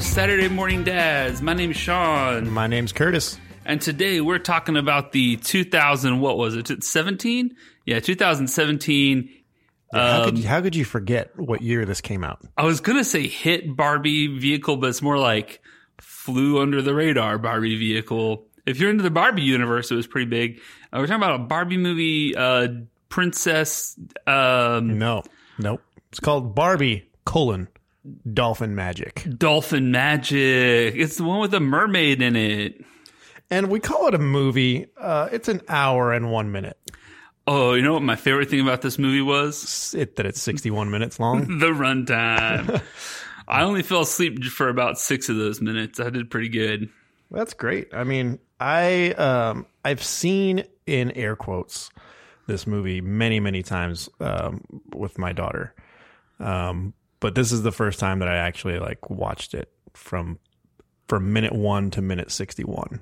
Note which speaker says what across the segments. Speaker 1: Saturday Morning Dads. My name's Sean,
Speaker 2: My name's Curtis.
Speaker 1: and today we're talking about the 2000, what was it, 17? Yeah, 2017.
Speaker 2: how, could you, how could you forget what year this came out?
Speaker 1: I was going to say hit Barbie vehicle, but it's more like flew under the radar Barbie vehicle. If you're into the Barbie universe, it was pretty big. Uh, we're talking about a Barbie movie, uh, Princess. Um,
Speaker 2: No, nope. It's called Barbie colon Dolphin Magic,
Speaker 1: Dolphin Magic. It's the one with the mermaid in it.
Speaker 2: and we call it a movie. Uh, it's an hour and one minute.
Speaker 1: Oh, you know what my favorite thing about this movie was?
Speaker 2: It's it that it's sixty-one minutes long.
Speaker 1: The runtime. I only fell asleep for about six of those minutes. I did pretty good.
Speaker 2: That's great. I mean, I um, I've seen in air quotes this movie many many times um, with my daughter, um, but this is the first time that I actually like watched it from from minute one to minute sixty-one.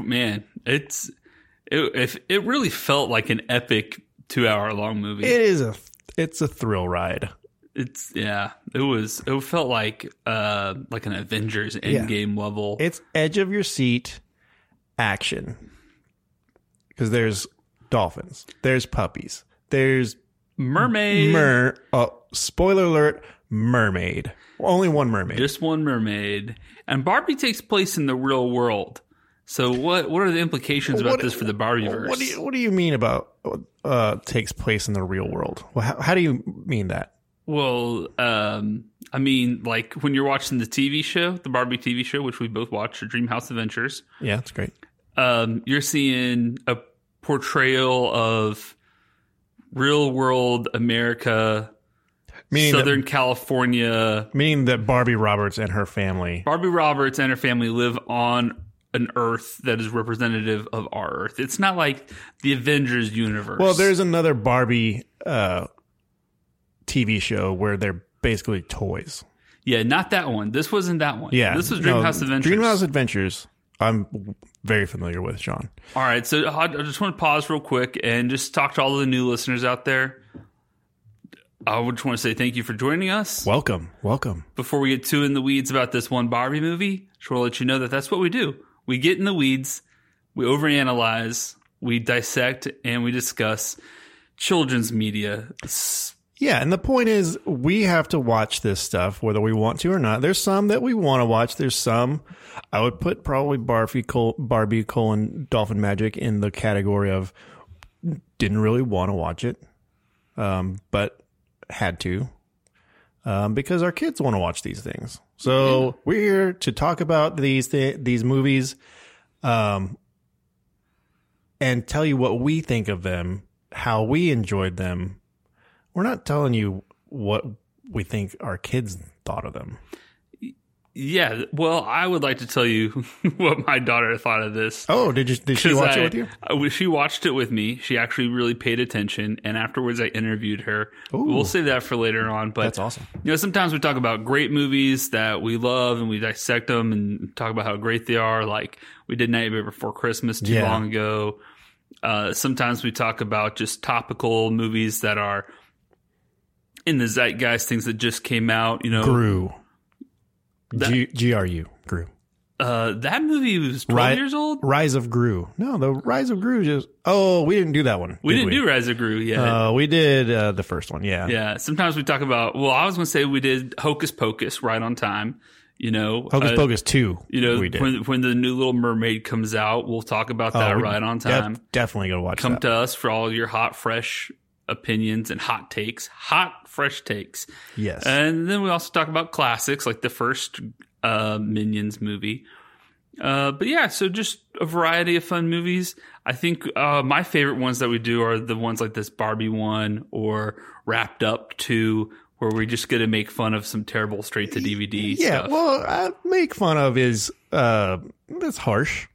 Speaker 1: Man, it's it, if it really felt like an epic two-hour-long movie.
Speaker 2: It is a it's a thrill ride.
Speaker 1: it's yeah, it was. It felt like uh like an Avengers Endgame level.
Speaker 2: It's edge of your seat action. Cuz there's dolphins, there's puppies, there's
Speaker 1: mermaid,
Speaker 2: mer oh, spoiler alert, mermaid. Only one mermaid.
Speaker 1: just one mermaid, and Barbie takes place in the real world. So what what are the implications about
Speaker 2: What-
Speaker 1: this for the Barbieverse?
Speaker 2: What do you what do you mean about uh takes place in the real world? Well, how, how do you mean that?
Speaker 1: Well, um, I mean, like when you're watching the TV show, the Barbie TV show, which we both watch, Dream House Adventures,
Speaker 2: Yeah, that's great.
Speaker 1: um, you're seeing a portrayal of real world America,
Speaker 2: Meaning
Speaker 1: Southern California.
Speaker 2: that, meaning that Barbie Roberts and her family
Speaker 1: Barbie Roberts and her family live on an Earth that is representative of our Earth. It's not like the Avengers universe.
Speaker 2: Well, there's another Barbie uh, TV show where they're basically toys.
Speaker 1: yeah, not that one. This wasn't that one.
Speaker 2: Yeah,
Speaker 1: this was Dream
Speaker 2: no,
Speaker 1: House Adventures.
Speaker 2: Dream House Adventures. I'm very familiar with Sean.
Speaker 1: All right, so I I just want to pause real quick and just talk to all of the new listeners out there. I would just want to say thank you for joining us.
Speaker 2: Welcome, welcome.
Speaker 1: Before we get too in the weeds about this one Barbie movie, just want to let you know that that's what we do. We get in the weeds, we overanalyze, we dissect, and we discuss children's media. S-
Speaker 2: Yeah, and the point is, we have to watch this stuff whether we want to or not. There's some that we want to watch. There's some I would put probably Barbie Col- Barbie colon Dolphin Magic in the category of didn't really want to watch it, um, but had to um, because our kids want to watch these things. So we're here to talk about these th- these movies, um, and tell you what we think of them, how we enjoyed them we're not telling you what we think our kids thought of them.
Speaker 1: Yeah, well, I would like to tell you what my daughter thought of this.
Speaker 2: Oh, did you did she
Speaker 1: 'Cause
Speaker 2: watch
Speaker 1: I-
Speaker 2: it with you?
Speaker 1: I wish she watched it with me. She actually really paid attention, and afterwards I interviewed her. We'll save that for later on. But
Speaker 2: That's awesome.
Speaker 1: you know, sometimes we talk about great movies that we love and we dissect them and talk about how great they are. Like we did Nightmare Before Christmas too
Speaker 2: Yeah.
Speaker 1: long ago. Uh, sometimes we talk about just topical movies that are in the zeitgeist, things that just came out. You know,
Speaker 2: Grew. G G R U Grew.
Speaker 1: uh, that movie was twelve
Speaker 2: Right.
Speaker 1: years old.
Speaker 2: Rise of Grew. No, the Rise of Grew just Oh, we didn't do that one.
Speaker 1: We
Speaker 2: did
Speaker 1: didn't do Rise of Gru yet.
Speaker 2: Uh, we did uh, the first one, yeah.
Speaker 1: Yeah, sometimes we talk about. Well, I was going to say we did Hocus Pocus right on time. You know,
Speaker 2: Hocus
Speaker 1: uh,
Speaker 2: Pocus 2.
Speaker 1: You know,
Speaker 2: we did.
Speaker 1: when when the new Little Mermaid comes out, we'll talk about
Speaker 2: Oh,
Speaker 1: that
Speaker 2: we
Speaker 1: right on
Speaker 2: def-
Speaker 1: time.
Speaker 2: definitely going to watch
Speaker 1: Come
Speaker 2: that.
Speaker 1: to us for all your hot, fresh opinions and hot takes, hot, fresh takes.
Speaker 2: yes.
Speaker 1: And then we also talk about classics like the first uh, Minions movie. Uh, but yeah, so just a variety of fun movies. I think uh, my favorite ones that we do are the ones like this Barbie one or Wrapped Up two, where we're just going to make fun of some terrible straight to DVD
Speaker 2: yeah,
Speaker 1: stuff.
Speaker 2: well, I make fun of is uh that's harsh.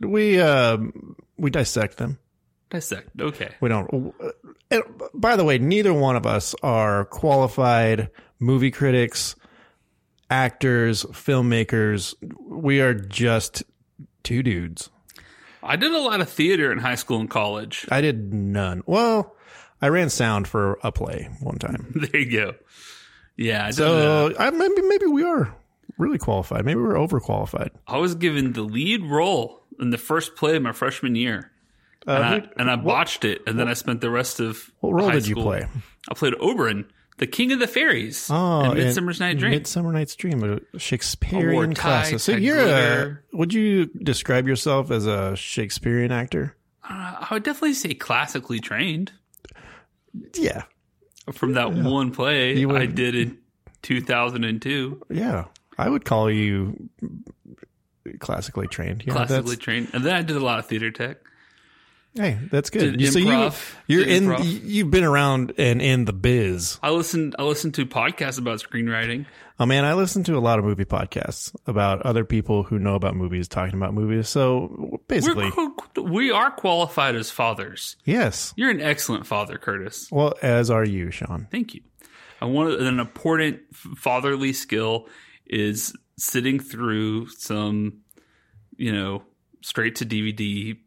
Speaker 2: We uh we dissect them.
Speaker 1: Dissect. Okay.
Speaker 2: We don't. uh, And by the way, neither one of us are qualified movie critics, actors, filmmakers. We are just two dudes.
Speaker 1: I did a lot of theater in high school and college.
Speaker 2: I did none. Well, I ran sound for a play one time.
Speaker 1: there you go. Yeah. I did uh, that.
Speaker 2: So I, maybe maybe we are really qualified. Maybe we were overqualified.
Speaker 1: I was given the lead role in the first play of my freshman year. and, I,
Speaker 2: Uh, who-
Speaker 1: and I botched it, and then I spent the rest of
Speaker 2: What role
Speaker 1: high
Speaker 2: did you
Speaker 1: school-
Speaker 2: play?
Speaker 1: I played Oberon, the King of the Fairies,
Speaker 2: Oh,
Speaker 1: in Midsummer's Night Dream.
Speaker 2: Midsummer Night's Dream, a Shakespearean
Speaker 1: Award tie,
Speaker 2: classic. So
Speaker 1: tag
Speaker 2: you're a,
Speaker 1: glitter.
Speaker 2: would you describe yourself as a Shakespearean actor?
Speaker 1: Uh, I would definitely say classically trained
Speaker 2: Yeah.
Speaker 1: from that one play
Speaker 2: You would-
Speaker 1: I did in 2002.
Speaker 2: Yeah. I would call you classically trained. Yeah,
Speaker 1: classically
Speaker 2: that's,
Speaker 1: trained, and then I did a lot of theater tech.
Speaker 2: hey, that's good.
Speaker 1: Did
Speaker 2: You-
Speaker 1: improv.
Speaker 2: you, you're
Speaker 1: Did
Speaker 2: in,
Speaker 1: improv.
Speaker 2: you've been around and in the biz.
Speaker 1: I listened. I listened to podcasts about screenwriting.
Speaker 2: Oh man, I listen to a lot of movie podcasts about other people who know about movies talking about movies. So basically,
Speaker 1: We're, qu- we are qualified as fathers.
Speaker 2: yes.
Speaker 1: You're an excellent father, Curtis.
Speaker 2: Well, as are you, Sean.
Speaker 1: Thank you. I want an important f- fatherly skill is sitting through some, you know, straight to DVD,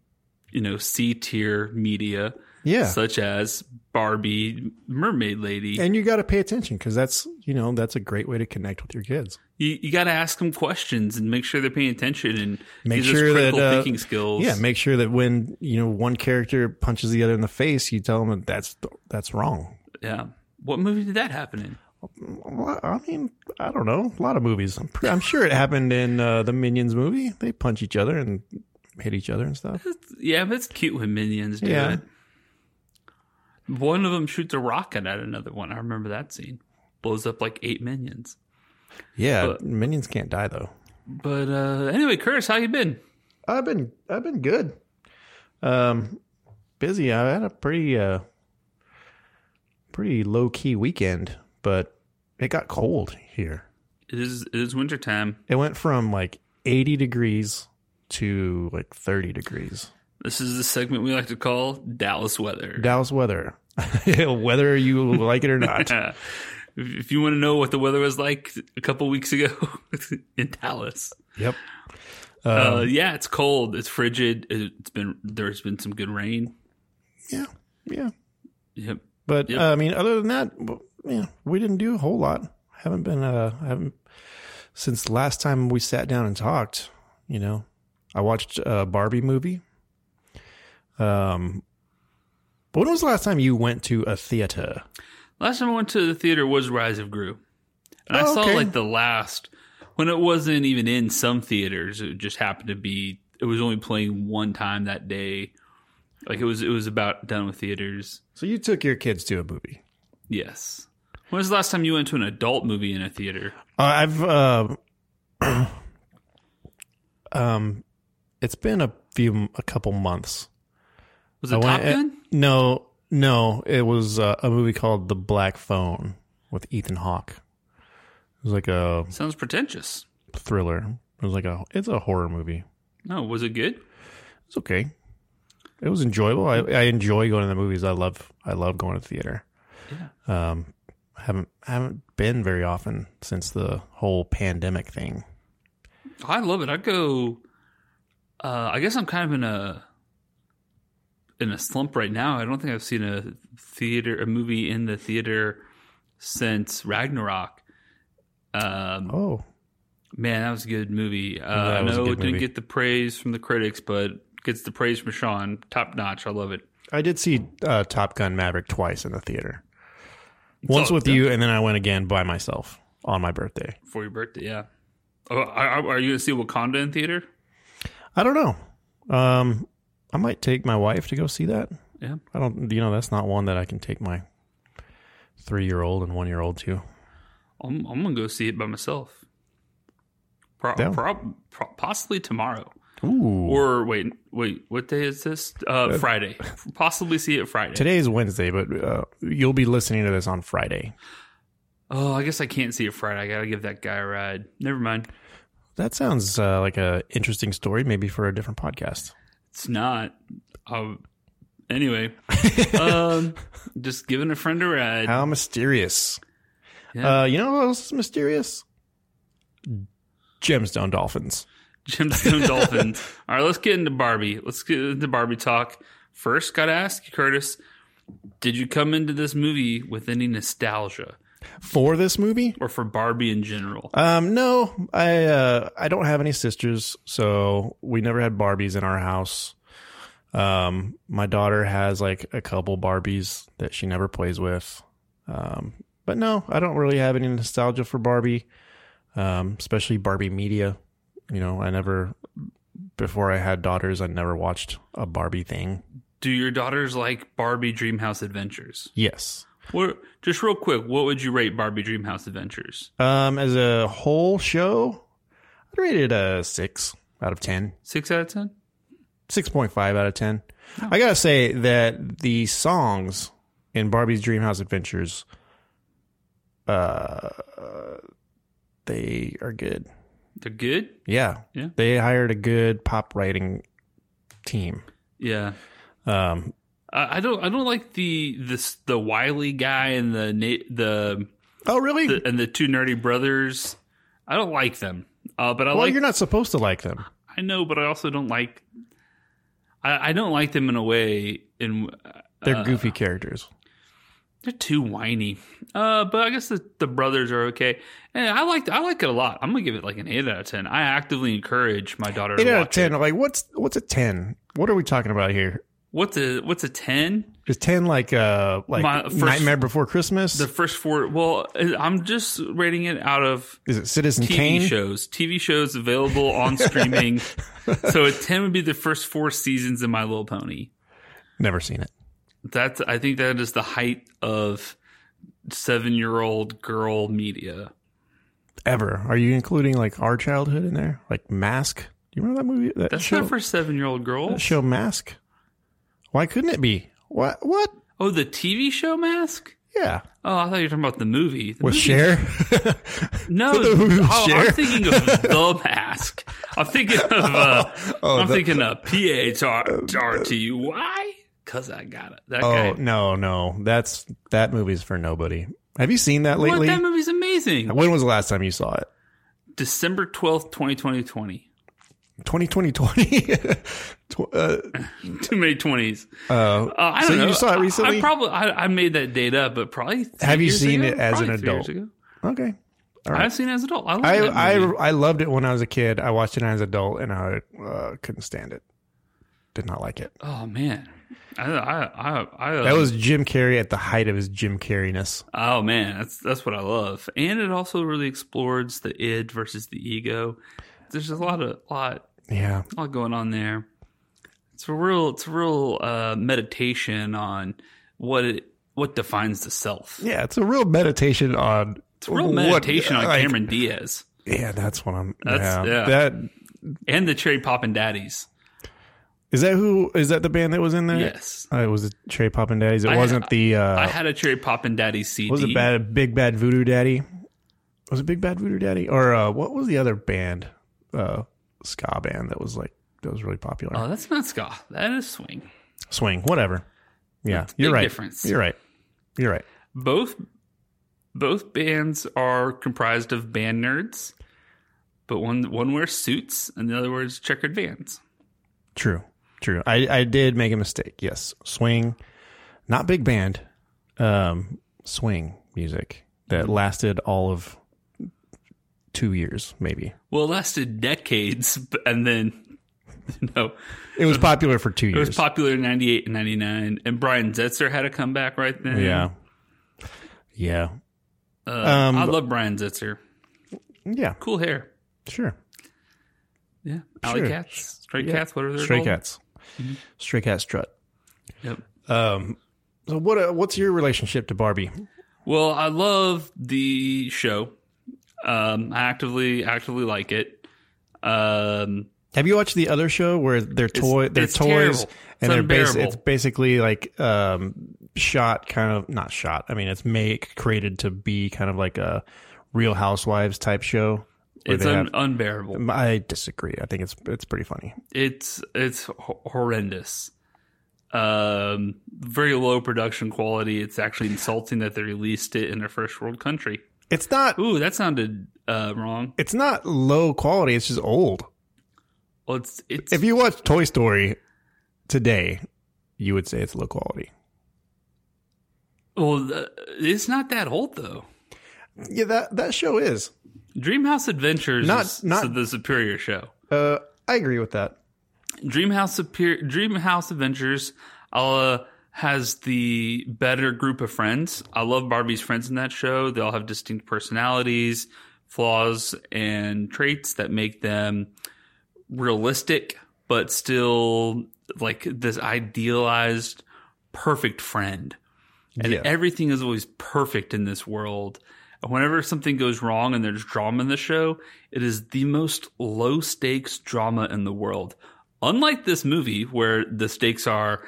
Speaker 1: you know, C tier media
Speaker 2: Yeah.
Speaker 1: such as Barbie, Mermaid Lady.
Speaker 2: and you got to pay attention because that's you know that's a great way to connect with your kids.
Speaker 1: you you got to ask them questions and make sure they're paying attention and
Speaker 2: Make
Speaker 1: use those
Speaker 2: sure that,
Speaker 1: critical
Speaker 2: uh,
Speaker 1: thinking skills.
Speaker 2: Yeah, make sure that when you know one character punches the other in the face, you tell them that that's that's wrong.
Speaker 1: yeah. What movie did that happen in?
Speaker 2: Well, I mean, I don't know. A lot of movies. I'm, pre- I'm sure it happened in uh, the Minions movie. They punch each other and hit each other and stuff.
Speaker 1: Yeah, but it's cute when minions do
Speaker 2: Yeah.
Speaker 1: it. One of them shoots a rocket at another one. I remember that scene. Blows up like eight minions.
Speaker 2: Yeah,
Speaker 1: But-
Speaker 2: Minions can't die though.
Speaker 1: But uh, anyway, Curtis, how you been?
Speaker 2: I've been I've been good. Um busy. I had a pretty uh pretty low key weekend, but it got cold here.
Speaker 1: It is it is wintertime.
Speaker 2: It went from like 80 degrees to like 30 degrees.
Speaker 1: This is the segment we like to call Dallas weather.
Speaker 2: Dallas weather. Whether you like it or not.
Speaker 1: Yeah. if if you want to know what the weather was like a couple weeks ago in Dallas,
Speaker 2: yep. Um,
Speaker 1: uh, yeah, it's cold, it's frigid. It's been there's been some good rain.
Speaker 2: Yeah. Yeah.
Speaker 1: Yep.
Speaker 2: But
Speaker 1: Yep.
Speaker 2: uh, I mean other than that, w- yeah, we didn't do a whole lot. Haven't been uh haven't since last time we sat down and talked, you know. I watched a Barbie movie. Um but when was the last time you went to a theater?
Speaker 1: Last time I went to the theater was Rise of Gru, and I
Speaker 2: Oh,
Speaker 1: saw
Speaker 2: okay.
Speaker 1: like the last when it wasn't even in some theaters. It just happened to be it was only playing one time that day. Like it was it was about done with theaters.
Speaker 2: So you took your kids to a movie.
Speaker 1: Yes. When was the last time you went to an adult movie in a theater?
Speaker 2: Uh, I've uh, um it's been a few a couple months.
Speaker 1: Was it
Speaker 2: I
Speaker 1: Top
Speaker 2: went-
Speaker 1: Gun?
Speaker 2: No, no, it was uh, a movie called The Black Phone with Ethan Hawke. It was like a
Speaker 1: Sounds pretentious.
Speaker 2: thriller. It was like a it's a horror movie.
Speaker 1: No, was it good?
Speaker 2: It's okay. It was enjoyable. I, I enjoy going to the movies. I love I love going to theater. Yeah. Um haven't haven't been very often since the whole pandemic thing.
Speaker 1: I love it. I go. Uh, I guess I'm kind of in a in a slump right now. I don't think I've seen a theater a movie in the theater since Ragnarok. Um,
Speaker 2: Oh,
Speaker 1: man, that was a good movie. Uh,
Speaker 2: that
Speaker 1: I
Speaker 2: was a
Speaker 1: know
Speaker 2: good
Speaker 1: it didn't
Speaker 2: movie.
Speaker 1: get the praise from the critics, but gets the praise from Sean. Top notch. I love it.
Speaker 2: I did see uh, Top Gun Maverick twice in the theater. Once
Speaker 1: all
Speaker 2: with you, and then I went again by myself on my birthday.
Speaker 1: For your birthday, yeah. Oh, I, I, are you gonna see Wakanda in theater?
Speaker 2: I don't know. Um, I might take my wife to go see that.
Speaker 1: Yeah.
Speaker 2: I don't. You know, that's not one that I can take my three-year-old and one-year-old to.
Speaker 1: I'm, I'm gonna go see it by myself. Pro-
Speaker 2: Yeah.
Speaker 1: pro- pro- possibly tomorrow.
Speaker 2: Ooh.
Speaker 1: Or wait, wait, what day is this? Uh, Friday. Possibly see it Friday.
Speaker 2: Today is Wednesday, but uh, you'll be listening to this on Friday.
Speaker 1: Oh, I guess I can't see it Friday. I gotta give that guy a ride. Never mind.
Speaker 2: That sounds uh, like a interesting story, maybe for a different podcast.
Speaker 1: It's not. Oh, anyway, um, just giving a friend a ride.
Speaker 2: How mysterious!
Speaker 1: Yeah.
Speaker 2: Uh, you know what else is mysterious? Gemstone dolphins.
Speaker 1: Gemstone Dolphins. All right, let's get into Barbie. Let's get into Barbie talk. First, gotta ask you, Curtis, did you come into this movie with any nostalgia?
Speaker 2: for this movie.
Speaker 1: or for Barbie in general.
Speaker 2: Um, no, I uh, I don't have any sisters, so we never had Barbies in our house. Um, my daughter has like a couple Barbies that she never plays with. Um, but no, I don't really have any nostalgia for Barbie, um, especially Barbie media. You know, I never before I had daughters, I never watched a Barbie thing.
Speaker 1: Do your daughters like Barbie Dreamhouse Adventures?
Speaker 2: Yes.
Speaker 1: What, just real quick, what would you rate Barbie Dreamhouse Adventures?
Speaker 2: Um, as a whole show, I'd rate it a six out of ten.
Speaker 1: Six out of ten.
Speaker 2: six point five out of ten.
Speaker 1: Oh.
Speaker 2: I gotta say that the songs in Barbie's Dreamhouse Adventures, uh, they are good.
Speaker 1: They're good.
Speaker 2: Yeah,
Speaker 1: Yeah.
Speaker 2: They hired a good pop writing team.
Speaker 1: Yeah,
Speaker 2: Um,
Speaker 1: I, I don't. I don't like the this the Wiley guy and the na- the,
Speaker 2: oh, really?
Speaker 1: the and the two nerdy brothers. I don't like them. Uh, but I
Speaker 2: well,
Speaker 1: like.
Speaker 2: you're not supposed to like them.
Speaker 1: I know, but I also don't like. I, I don't like them in a way. In uh,
Speaker 2: They're goofy characters.
Speaker 1: They're too whiny. Uh, but I guess the, the brothers are okay. And I liked I like it a lot. I'm gonna give it like an eight out of ten. I actively encourage my daughter
Speaker 2: Eight
Speaker 1: to
Speaker 2: out
Speaker 1: watch
Speaker 2: of ten.
Speaker 1: it.
Speaker 2: Like, what's what's a ten? What are we talking about here?
Speaker 1: What's a what's a ten?
Speaker 2: Is ten like uh like
Speaker 1: My first-
Speaker 2: Nightmare Before Christmas?
Speaker 1: The first four well, I'm just rating it out of
Speaker 2: Is it Citizen
Speaker 1: TV
Speaker 2: Kane?
Speaker 1: shows. TV shows available on streaming. so a ten would be the first four seasons of My Little Pony.
Speaker 2: Never seen it.
Speaker 1: That's I think that is the height of seven year old girl media.
Speaker 2: ever. Are you including like our childhood in there? Like Mask? Do you remember that movie? That
Speaker 1: That's
Speaker 2: show,
Speaker 1: not for seven year old
Speaker 2: that
Speaker 1: girls.
Speaker 2: show Mask. Why couldn't it be? What? What?
Speaker 1: Oh, the TV show mask?
Speaker 2: Yeah,
Speaker 1: Oh, I thought you were talking about the movie. The
Speaker 2: with
Speaker 1: movie-
Speaker 2: Cher.
Speaker 1: No,
Speaker 2: The movie with
Speaker 1: oh,
Speaker 2: Cher?
Speaker 1: I'm thinking of the mask. I'm thinking of. Uh, I'm
Speaker 2: Oh, the-
Speaker 1: thinking of P H R R T U Y because I got it. That guy.
Speaker 2: Oh no, no, that's that movie's for nobody. Have you seen that
Speaker 1: What?
Speaker 2: lately?
Speaker 1: That movie's amazing.
Speaker 2: when was the last time you saw it?
Speaker 1: December twelfth, twenty twenty twenty.
Speaker 2: 2020, 20. uh,
Speaker 1: Too many twenties.
Speaker 2: uh,
Speaker 1: Uh, I
Speaker 2: so
Speaker 1: don't know.
Speaker 2: you saw
Speaker 1: I-
Speaker 2: it recently?
Speaker 1: I, probably I, I made that date up, but probably. three
Speaker 2: Have you
Speaker 1: years
Speaker 2: seen
Speaker 1: ago?
Speaker 2: it as an
Speaker 1: Probably three years
Speaker 2: adult?
Speaker 1: ago.
Speaker 2: okay.
Speaker 1: I've seen it as an adult. I love
Speaker 2: I,
Speaker 1: that
Speaker 2: I
Speaker 1: movie.
Speaker 2: I loved it when I was a kid. I watched it as an adult, and I uh, couldn't stand it. Did not like it.
Speaker 1: oh man, I I I, I
Speaker 2: That was Jim Carrey at the height of his Jim Carreyness.
Speaker 1: Oh man, that's that's what I love, and it also really explores the id versus the ego. There's a lot of lot
Speaker 2: Yeah.
Speaker 1: lot going on there. It's a real it's a real uh, meditation on what it what defines the self.
Speaker 2: Yeah, it's a real meditation on
Speaker 1: It's a real
Speaker 2: what-
Speaker 1: meditation on
Speaker 2: like-
Speaker 1: Cameron Diaz
Speaker 2: Yeah, that's what I'm.
Speaker 1: That's-
Speaker 2: yeah.
Speaker 1: yeah.
Speaker 2: that
Speaker 1: and the Cherry Pop and Daddies.
Speaker 2: is that who is that the band that was in there?
Speaker 1: Yes,
Speaker 2: Uh, it was the Trey Pop and Daddies. It
Speaker 1: I-
Speaker 2: wasn't the uh,
Speaker 1: I had a Cherry Pop and Daddies CD.
Speaker 2: was it bad Big Bad Voodoo Daddy? Was it Big Bad Voodoo Daddy or uh, what was the other band? Uh, ska band that was like that was really popular.
Speaker 1: Oh, that's not ska. That is swing.
Speaker 2: Swing, whatever. Yeah,
Speaker 1: big
Speaker 2: you're right.
Speaker 1: difference.
Speaker 2: You're right. You're right.
Speaker 1: both both bands are comprised of band nerds, but one one wears suits and the other wears checkered vans.
Speaker 2: True. True. I, I did make a mistake. Yes. Swing, not big band, um, swing music that lasted all of two years, maybe.
Speaker 1: Well, it lasted decades, b- and then you know
Speaker 2: It was popular for two
Speaker 1: it
Speaker 2: years.
Speaker 1: was popular in '98 and '99, and Brian Zetzer had a comeback right then.
Speaker 2: yeah. Yeah.
Speaker 1: uh,
Speaker 2: Um,
Speaker 1: I love Brian Zetzer.
Speaker 2: Yeah.
Speaker 1: Cool hair.
Speaker 2: Sure.
Speaker 1: Yeah, alley
Speaker 2: Sure.
Speaker 1: cats, straight
Speaker 2: Yeah.
Speaker 1: cats, whatever they're
Speaker 2: Stray
Speaker 1: called.
Speaker 2: cats.
Speaker 1: Mm-hmm.
Speaker 2: Stray cat strut.
Speaker 1: Yep.
Speaker 2: Um, so what? Uh, what's your relationship to Barbie?
Speaker 1: Well, I love the show. Um, I actively actively like it. Um,
Speaker 2: Have you watched the other show where their toy, their
Speaker 1: it's
Speaker 2: toys,
Speaker 1: terrible.
Speaker 2: and
Speaker 1: It's
Speaker 2: they're bas-
Speaker 1: unbearable.
Speaker 2: it's basically like um, shot, kind of not shot. I mean, it's make created to be kind of like a Real Housewives type show. where
Speaker 1: it's
Speaker 2: they
Speaker 1: un- unbearable.
Speaker 2: have- I disagree. I think it's it's pretty funny.
Speaker 1: it's it's ho- horrendous um very low production quality it's actually insulting that they released it in their first world country
Speaker 2: It's not
Speaker 1: ooh that sounded uh wrong
Speaker 2: it's not low quality. It's just old.
Speaker 1: well it's it's
Speaker 2: If you watch Toy Story today, you would say it's low quality.
Speaker 1: well uh, it's not that old though
Speaker 2: Yeah, that that show is.
Speaker 1: Dreamhouse Adventures
Speaker 2: Not-
Speaker 1: is
Speaker 2: not-
Speaker 1: the superior show.
Speaker 2: Uh, I agree with that.
Speaker 1: Dreamhouse Superior, Dreamhouse Adventures uh, has the better group of friends. I love Barbie's friends in that show. They all have distinct personalities, flaws, and traits that make them realistic, but still like this idealized, perfect friend. And
Speaker 2: Yeah.
Speaker 1: everything is always perfect in this world. And Whenever something goes wrong and there's drama in the show, it is the most low stakes drama in the world. Unlike this movie, where the stakes are,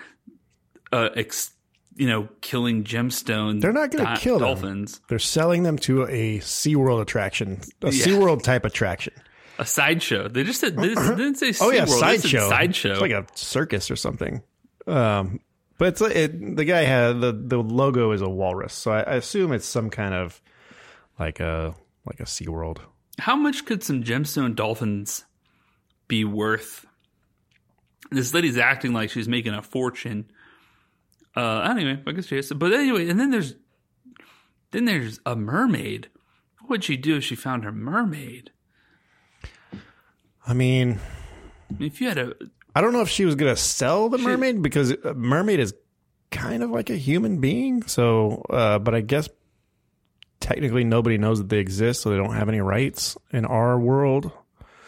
Speaker 1: uh, ex, you know, killing gemstone.
Speaker 2: They're not gonna kill them.
Speaker 1: dolphins.
Speaker 2: They're selling them to a SeaWorld attraction, a
Speaker 1: Yeah.
Speaker 2: SeaWorld type attraction.
Speaker 1: A sideshow. They just said they just- they didn't say
Speaker 2: Oh yeah,
Speaker 1: SeaWorld, they said
Speaker 2: sideshow.
Speaker 1: Sideshow.
Speaker 2: It's like a circus or something. Um, but it's it, the guy had the the logo is a walrus, so I, I assume it's some kind of like a like a SeaWorld.
Speaker 1: How much could some gemstone dolphins be worth? This lady's acting like she's making a fortune. Uh, anyway, I guess she is. But anyway, and then there's then there's a mermaid. What would she do if she found her mermaid?
Speaker 2: I mean,
Speaker 1: I mean, if you had a
Speaker 2: I don't know if she was gonna sell the mermaid because a mermaid is kind of like a human being. So, uh, but I guess technically nobody knows that they exist, so they don't have any rights in our world.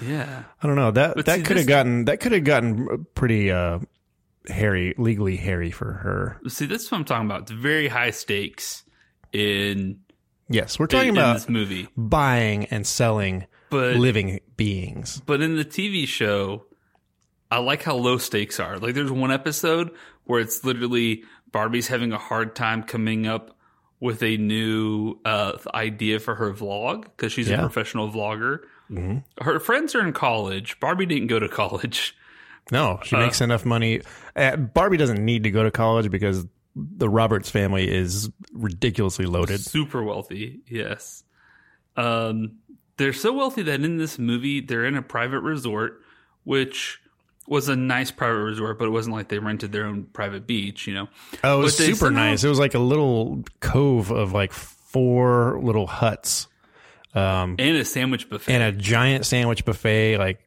Speaker 1: yeah,
Speaker 2: I don't know that
Speaker 1: But see,
Speaker 2: that could
Speaker 1: this-
Speaker 2: have gotten that could have gotten pretty uh, hairy, legally hairy for her.
Speaker 1: see, that's what I'm talking about. It's very high stakes in
Speaker 2: Yes, we're talking
Speaker 1: in
Speaker 2: about
Speaker 1: this movie,
Speaker 2: buying and selling
Speaker 1: but
Speaker 2: living beings.
Speaker 1: But in the TV show, I like how low stakes are. Like there's one episode where it's literally Barbie's having a hard time coming up with a new uh, idea for her vlog because she's a
Speaker 2: Yeah.
Speaker 1: professional vlogger.
Speaker 2: Mm-hmm.
Speaker 1: Her friends are in college. Barbie didn't go to college.
Speaker 2: No, she makes enough money. Uh, Barbie doesn't need to go to college because the Roberts family is ridiculously loaded.
Speaker 1: Super wealthy, yes. Um, they're so wealthy that in this movie, they're in a private resort, which was a nice private resort, but it wasn't like they rented their own private beach, you know.
Speaker 2: Oh, it was
Speaker 1: But they
Speaker 2: super
Speaker 1: somehow-
Speaker 2: nice. It was like a little cove of like four little huts um,
Speaker 1: and a sandwich buffet.
Speaker 2: and a giant sandwich buffet, like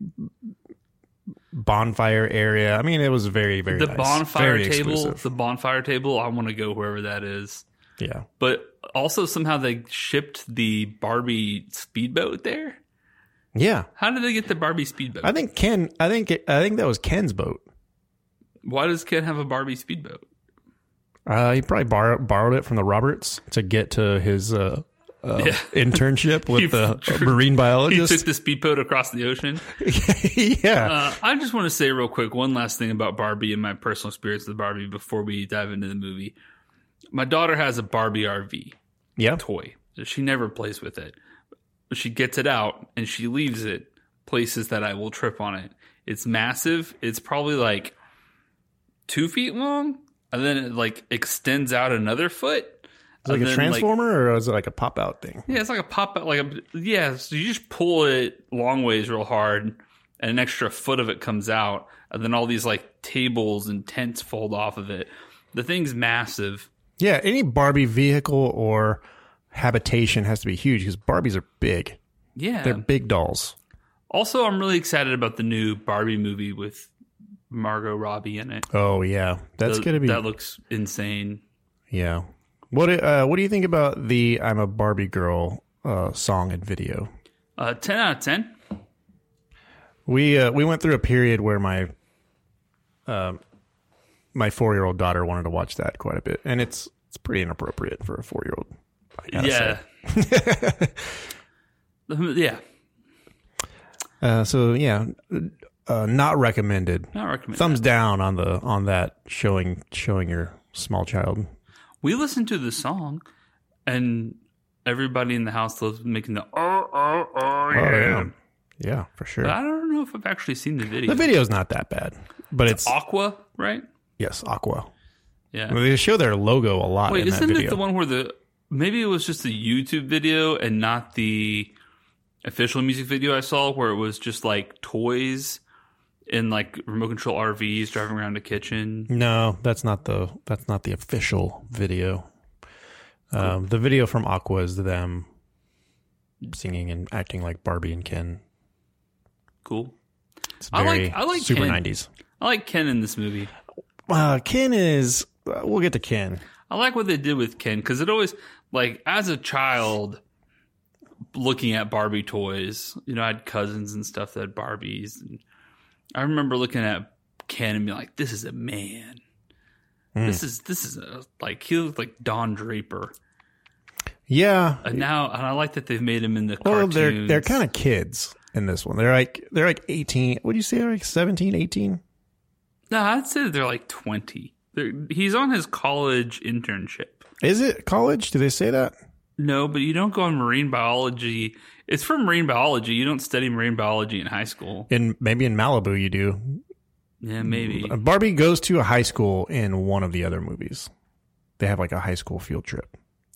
Speaker 2: bonfire area. I mean, it was very, very
Speaker 1: the
Speaker 2: nice.
Speaker 1: bonfire
Speaker 2: Very
Speaker 1: table,
Speaker 2: exclusive.
Speaker 1: the bonfire table. I want to go wherever that is.
Speaker 2: Yeah.
Speaker 1: But also somehow they shipped the Barbie speedboat there.
Speaker 2: Yeah.
Speaker 1: How did they get the Barbie speedboat?
Speaker 2: I think Ken, I think, it, I think that was Ken's boat.
Speaker 1: Why does Ken have a Barbie speedboat?
Speaker 2: Uh, he probably borrow, borrowed it from the Roberts to get to his uh, uh, internship
Speaker 1: He
Speaker 2: with the
Speaker 1: took- Uh,
Speaker 2: marine
Speaker 1: He
Speaker 2: biologist.
Speaker 1: took the speedboat across the ocean.
Speaker 2: yeah.
Speaker 1: Uh, I just want to say real quick one last thing about Barbie and my personal experience with Barbie before we dive into the movie. My daughter has a Barbie RV.
Speaker 2: yeah.
Speaker 1: toy. She never plays with it. She gets it out and she leaves it places that I will trip on it. It's massive. It's probably like two feet long, and then it like extends out another foot.
Speaker 2: Is it like
Speaker 1: and
Speaker 2: a
Speaker 1: then,
Speaker 2: transformer or is it like a pop out thing?
Speaker 1: yeah, it's like a pop out. Like a yeah, so you just pull it long ways real hard, and an extra foot of it comes out, and then all these like tables and tents fold off of it. The thing's massive.
Speaker 2: Yeah. Any Barbie vehicle or habitation has to be huge because Barbies are big.
Speaker 1: Yeah,
Speaker 2: They're big dolls.
Speaker 1: Also, I'm really excited about the new Barbie movie with Margot Robbie in it.
Speaker 2: Oh, yeah. That's
Speaker 1: Th-
Speaker 2: going to be.
Speaker 1: That looks insane.
Speaker 2: yeah. What, do- uh, what do you think about the I'm a Barbie girl uh, song and video?
Speaker 1: Uh, ten out of ten.
Speaker 2: We uh, we went through a period where my um, my four year old daughter wanted to watch that quite a bit, and it's it's pretty inappropriate for a four year old.
Speaker 1: Yeah. yeah.
Speaker 2: Uh, so yeah, uh, not recommended.
Speaker 1: Not recommend.
Speaker 2: Thumbs down on the on that showing showing your small child.
Speaker 1: we listened to the song, and everybody in the house loves making the oh oh oh yeah.
Speaker 2: Oh, yeah, yeah, for sure.
Speaker 1: But I don't know if I've actually seen the video.
Speaker 2: the video's not that bad, but it's
Speaker 1: Aqua, right?
Speaker 2: yes, Aqua.
Speaker 1: Yeah.
Speaker 2: They show their logo a lot
Speaker 1: Wait,
Speaker 2: in that
Speaker 1: isn't
Speaker 2: video.
Speaker 1: it the one where the maybe it was just the YouTube video and not the official music video I saw where it was just like toys in like remote control RVs driving around a kitchen.
Speaker 2: No, that's not the that's not the official video. Um, the video from Aqua is them singing and acting like Barbie and Ken.
Speaker 1: Cool.
Speaker 2: It's
Speaker 1: I like-
Speaker 2: very
Speaker 1: I like
Speaker 2: super
Speaker 1: Ken.
Speaker 2: nineties.
Speaker 1: I like Ken in this movie.
Speaker 2: Uh, Ken is. uh, We'll get to Ken.
Speaker 1: I like what they did with Ken because it always like as a child looking at Barbie toys. You know, I had cousins and stuff that had Barbies, and I remember looking at Ken and being like, "This is a man.
Speaker 2: Mm.
Speaker 1: This is this is a, like he looked like Don Draper."
Speaker 2: Yeah.
Speaker 1: And now, and I like that they've made him in the
Speaker 2: Well,
Speaker 1: cartoons.
Speaker 2: they're they're kind of kids in this one. They're like they're like 18. What do you say? They're like 17, 18?
Speaker 1: no, I'd say they're like twenty. They're, he's on his college internship.
Speaker 2: Is it college? Do they say that?
Speaker 1: No, but you don't go on marine biology. It's for marine biology. You don't study marine biology in high school.
Speaker 2: In maybe in Malibu you do.
Speaker 1: Yeah, maybe.
Speaker 2: Barbie goes to a high school in one of the other movies. They have like a high school field trip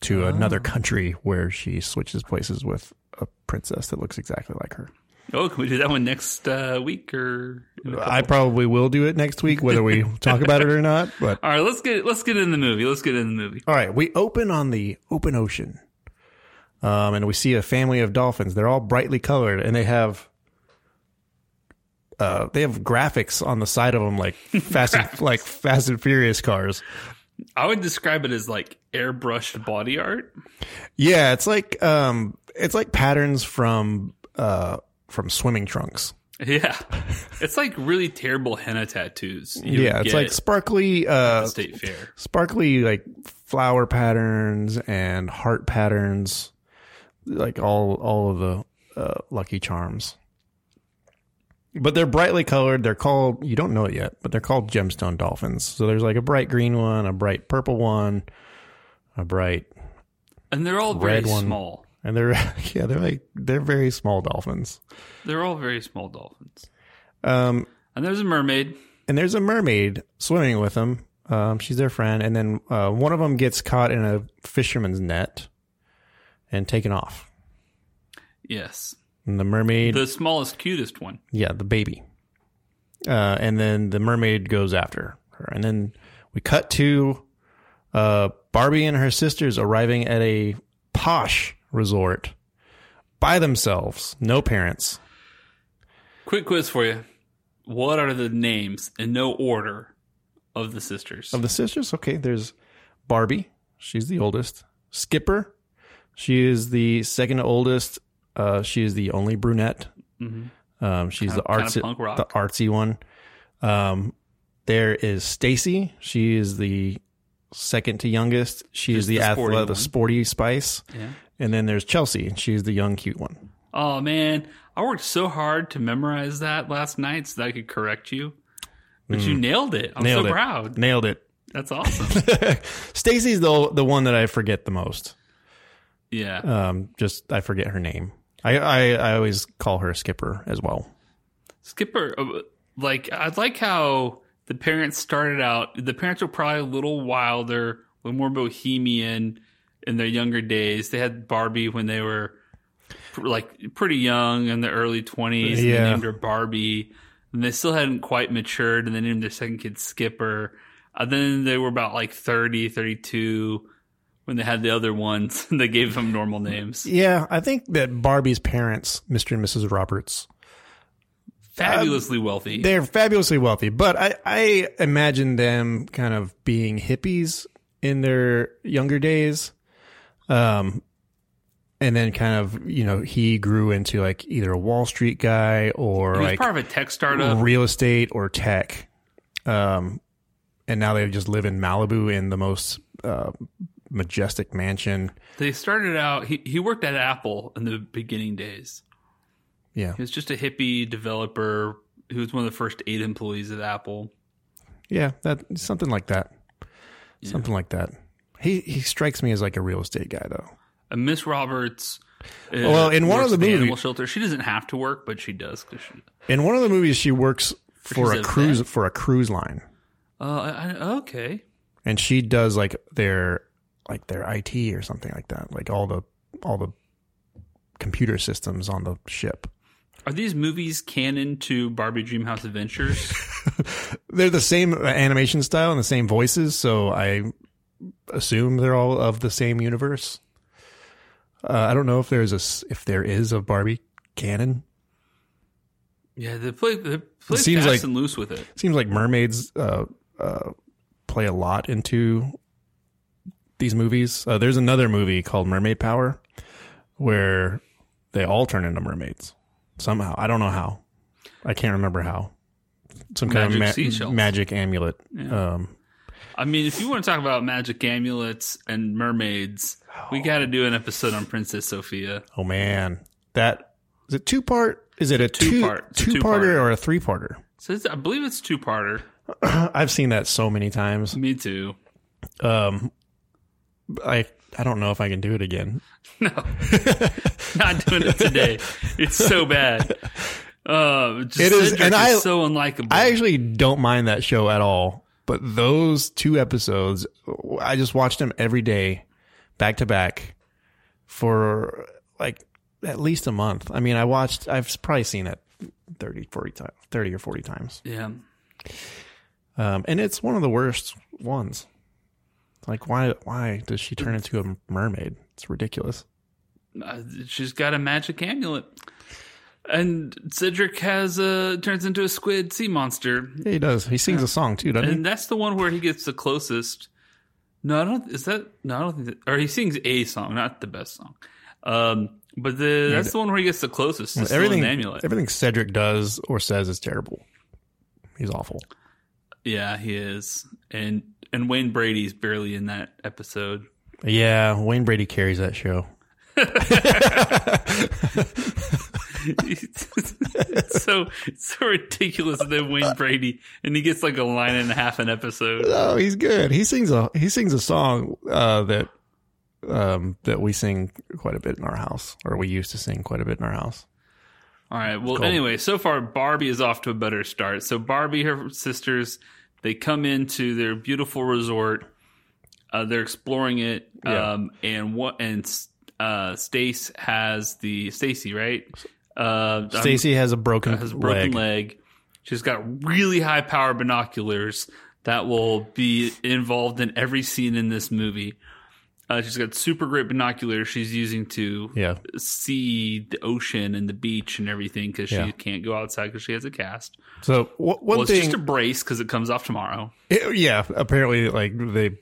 Speaker 2: to another country where she switches places with a princess that looks exactly like her.
Speaker 1: Oh, can we do that one next uh, week or?
Speaker 2: I probably will do it next week, whether we talk about it or not. But
Speaker 1: All right, let's get let's get in the movie. Let's get in the movie.
Speaker 2: All right, we open on the open ocean. Um, and we see a family of dolphins. They're all brightly colored and they have uh, they have graphics on the side of them like fast and, like fast and furious cars.
Speaker 1: I would describe it as like airbrushed body art.
Speaker 2: Yeah, it's like um it's like patterns from uh from swimming trunks.
Speaker 1: Yeah, it's like really terrible henna tattoos. you
Speaker 2: yeah,
Speaker 1: would
Speaker 2: it's
Speaker 1: get
Speaker 2: like sparkly
Speaker 1: at the
Speaker 2: uh
Speaker 1: state fair.
Speaker 2: sparkly like flower patterns and heart patterns like all all of the uh, lucky charms but they're brightly colored they're called you don't know it yet but they're called gemstone dolphins so there's like a bright green one a bright purple one a bright
Speaker 1: and they're all
Speaker 2: Red
Speaker 1: very
Speaker 2: one.
Speaker 1: small.
Speaker 2: and they're yeah they're like they're very small dolphins
Speaker 1: They're all very small dolphins.
Speaker 2: um
Speaker 1: And there's a mermaid.
Speaker 2: and there's a mermaid swimming with them. Um, she's their friend, and then uh, one of them gets caught in a fisherman's net and taken off.
Speaker 1: Yes,
Speaker 2: And the mermaid,
Speaker 1: the smallest, cutest one.
Speaker 2: yeah, the baby, uh, and then the mermaid goes after her, and then we cut to uh, Barbie and her sisters arriving at a posh resort by themselves, no parents.
Speaker 1: Quick quiz for you: What are the names in no order of the sisters?
Speaker 2: Of the sisters, okay, there's Barbie. She's the oldest. Skipper. She is the second oldest. Uh, she is the only brunette.
Speaker 1: Mhm.
Speaker 2: Um, she's the
Speaker 1: kinda
Speaker 2: artsy,
Speaker 1: punk rock.
Speaker 2: the artsy one. Um, there is Stacy. She is the second to youngest. She
Speaker 1: Just
Speaker 2: is the,
Speaker 1: the sporty
Speaker 2: athletic, the
Speaker 1: one.
Speaker 2: sporty spice.
Speaker 1: yeah.
Speaker 2: And then there's Chelsea. and She's the young, cute one.
Speaker 1: Oh man, I worked so hard to memorize that last night so that I could correct you. But you nailed it. I'm
Speaker 2: Hmm. Nailed
Speaker 1: so
Speaker 2: it.
Speaker 1: proud.
Speaker 2: Nailed it.
Speaker 1: That's awesome.
Speaker 2: Stacy's the the one that I forget the most.
Speaker 1: yeah.
Speaker 2: Um, just I forget her name. I, I I always call her Skipper as well.
Speaker 1: Skipper uh, like I like how the parents started out the parents were probably a little wilder, a little more bohemian in their younger days. They had Barbie when they were pr- like pretty young in the early 20s and
Speaker 2: Yeah.
Speaker 1: they named her Barbie. And they still hadn't quite matured and they named their second kid Skipper. And then they were about like 30, 32 when they had the other ones and they gave them normal names.
Speaker 2: Yeah, I think that Barbie's parents, Mr. and Mrs. Roberts,
Speaker 1: Fabulously wealthy.
Speaker 2: they're fabulously wealthy, but I, I imagine them kind of being hippies in their younger days. Um, and then kind of, you know, he grew into like either a Wall Street guy or
Speaker 1: he was
Speaker 2: like
Speaker 1: part of a tech startup.
Speaker 2: real estate or tech. Um, and now they just live in Malibu in the most uh, majestic mansion.
Speaker 1: They started out. He he worked at Apple in the beginning days.
Speaker 2: Yeah.
Speaker 1: He was just a hippie developer who was one of the first eight employees at Apple.
Speaker 2: Yeah, that something like that. Something like that. He he strikes me as like a real estate guy though.
Speaker 1: And Miss Roberts. uh,
Speaker 2: Well, in one
Speaker 1: works
Speaker 2: of the
Speaker 1: at animal
Speaker 2: movies-
Speaker 1: shelter, she doesn't have to work, but she does. 'cause she,
Speaker 2: In one of the movies she works for
Speaker 1: She's
Speaker 2: a
Speaker 1: a
Speaker 2: cruise for a cruise line
Speaker 1: uh, I, I- okay,
Speaker 2: and she does like their like their IT or something like that, like all the all the computer systems on the ship.
Speaker 1: are these movies canon to Barbie Dreamhouse Adventures?
Speaker 2: They're the same animation style and the same voices, so I assume they're all of the same universe. Uh, I don't know if there's a s- if there is a Barbie canon.
Speaker 1: Yeah, they play they play
Speaker 2: seems
Speaker 1: fast
Speaker 2: like-
Speaker 1: and loose with it.
Speaker 2: seems like mermaids uh, uh, play a lot into these movies. Uh, there's another movie called Mermaid Power where they all turn into mermaids somehow. I don't know how. I can't remember how. Some kind
Speaker 1: Magic
Speaker 2: of ma-
Speaker 1: seashells.
Speaker 2: magic amulet. Um,
Speaker 1: I mean, if you want to talk about magic amulets and mermaids, we got to do an episode on Princess Sophia.
Speaker 2: oh man, that is it. Two part? Is it a two
Speaker 1: two-part. It's a
Speaker 2: two
Speaker 1: two-parter.
Speaker 2: parter or a three parter?
Speaker 1: So it's, I believe it's two parter.
Speaker 2: I've seen that so many times.
Speaker 1: Me too.
Speaker 2: Um, I I don't know if I can do it again.
Speaker 1: No, not doing it today. It's so bad. Uh, just
Speaker 2: It is,
Speaker 1: Cedric
Speaker 2: and I-
Speaker 1: is so unlikable.
Speaker 2: I actually don't mind that show at all, but those two episodes, I just watched them every day, back to back, for like at least a month. I mean, I watched, I've probably seen it 30, 40 times, 30 or 40 times.
Speaker 1: yeah,
Speaker 2: Um, and it's one of the worst ones. Like, why, why does she turn into a mermaid? It's ridiculous.
Speaker 1: Uh, she's got a magic amulet, and Cedric has a turns into a squid sea monster,
Speaker 2: Yeah, he does. He sings a song too, doesn't
Speaker 1: and that's the one where he gets the closest. No, I don't. Is that no? I don't think that. Or he sings a song, not the best song. Um, but the, that's the one where he gets the closest. To
Speaker 2: he?
Speaker 1: everything,
Speaker 2: Everything,
Speaker 1: an amulet.
Speaker 2: everything Cedric does or says is terrible. He's awful.
Speaker 1: yeah, he is, and and Wayne Brady's barely in that episode.
Speaker 2: Yeah, Wayne Brady carries that show.
Speaker 1: it's so it's so ridiculous that they Wayne Brady and he gets like a line and a half an episode.
Speaker 2: Oh, he's good. He sings a he sings a song uh, that um, that we sing quite a bit in our house, or we used to sing quite a bit in our house.
Speaker 1: All right. Well,
Speaker 2: Cool.
Speaker 1: anyway, so far Barbie is off to a better start. So Barbie, her sisters, they come into their beautiful resort. Uh, they're exploring it,
Speaker 2: Yeah.
Speaker 1: um, and what and uh, Stace has the Stacy right. Uh, I'm-
Speaker 2: Stacy has a broken
Speaker 1: has a broken
Speaker 2: leg.
Speaker 1: leg. She's got really high power binoculars that will be involved in every scene in this movie. Uh, she's got super great binoculars she's using to
Speaker 2: Yeah,
Speaker 1: see the ocean and the beach and everything because she
Speaker 2: Yeah.
Speaker 1: can't go outside because she has a cast.
Speaker 2: so wh- one
Speaker 1: Well, it's
Speaker 2: thing,
Speaker 1: just a brace because it comes off tomorrow.
Speaker 2: it- yeah, apparently, like they,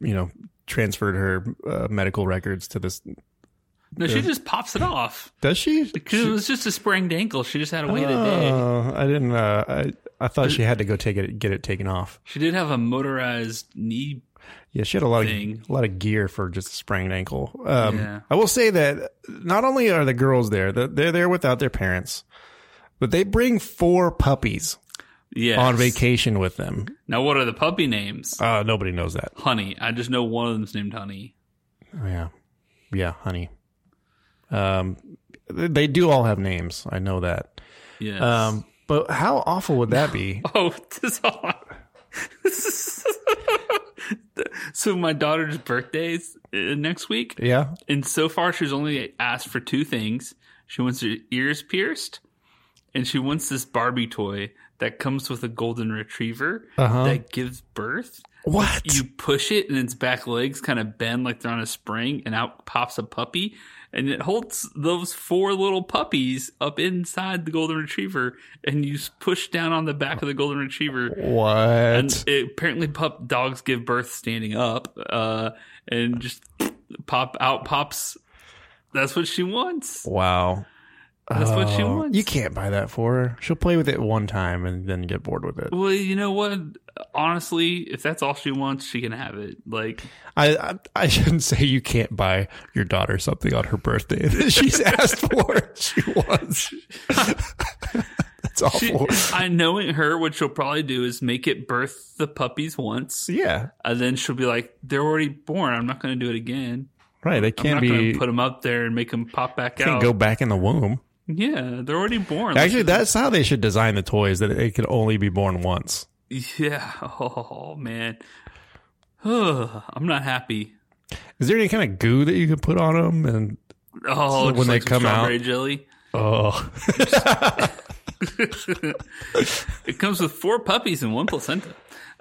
Speaker 2: you know, transferred her uh, medical records to this.
Speaker 1: No, she just pops it off
Speaker 2: Does she?
Speaker 1: because it was just a sprained ankle. She just had to wait a day.
Speaker 2: Oh, I didn't. Uh, I I thought she had to go take it, get it taken off.
Speaker 1: She did have a motorized knee
Speaker 2: Yeah, she had a lot
Speaker 1: thing.
Speaker 2: of a lot of gear for just a sprained ankle. Um,
Speaker 1: Yeah.
Speaker 2: I will say that not only are the girls there, the- they're there without their parents, but they bring four puppies
Speaker 1: yes.
Speaker 2: on vacation with them.
Speaker 1: Now, what are the puppy names?
Speaker 2: Uh, nobody knows that.
Speaker 1: Honey. I just know one of them's named Honey.
Speaker 2: Oh, yeah, yeah, honey. Um, th- they do all have names. I know that.
Speaker 1: Yes.
Speaker 2: Um, but how awful would that be?
Speaker 1: oh, this all. so my daughter's birthday is uh, next week,
Speaker 2: yeah,
Speaker 1: and so far she's only asked for two things. She wants her ears pierced, and she wants this Barbie toy that comes with a golden retriever
Speaker 2: Uh-huh.
Speaker 1: that gives birth.
Speaker 2: what?
Speaker 1: You push it, and its back legs kind of bend like they're on a spring, and out pops a puppy. And it holds those four little puppies up inside the golden retriever, and you s- push down on the back of the golden retriever.
Speaker 2: what?
Speaker 1: And it, apparently, pup dogs give birth standing up, uh, and just pop out pops. That's what she wants.
Speaker 2: wow.
Speaker 1: That's what she
Speaker 2: Oh,
Speaker 1: wants.
Speaker 2: You can't buy that for her. She'll play with it one time and then get bored with it.
Speaker 1: Well, you know what? Honestly, if that's all she wants, she can have it. Like,
Speaker 2: I, I I shouldn't say you can't buy your daughter something on her birthday that she's asked for. She wants. That's
Speaker 1: She,
Speaker 2: awful.
Speaker 1: I knowing her, what she'll probably do is make it birth the puppies once,
Speaker 2: yeah,
Speaker 1: and then she'll be like, "They're already born. I'm not going to do it again.
Speaker 2: right. They
Speaker 1: I'm
Speaker 2: can't
Speaker 1: not
Speaker 2: be
Speaker 1: going to put them up there and make them pop back
Speaker 2: can't
Speaker 1: out.
Speaker 2: go back in the womb.
Speaker 1: yeah, they're already born.
Speaker 2: Actually, that's how they should design the toys that it could only be born once.
Speaker 1: yeah. Oh man, I'm not happy.
Speaker 2: Is there any kind of goo that you can put on them? And
Speaker 1: Oh,
Speaker 2: So
Speaker 1: just
Speaker 2: when they
Speaker 1: like some
Speaker 2: come out-
Speaker 1: strawberry jelly.
Speaker 2: oh,
Speaker 1: It comes with four puppies and one placenta.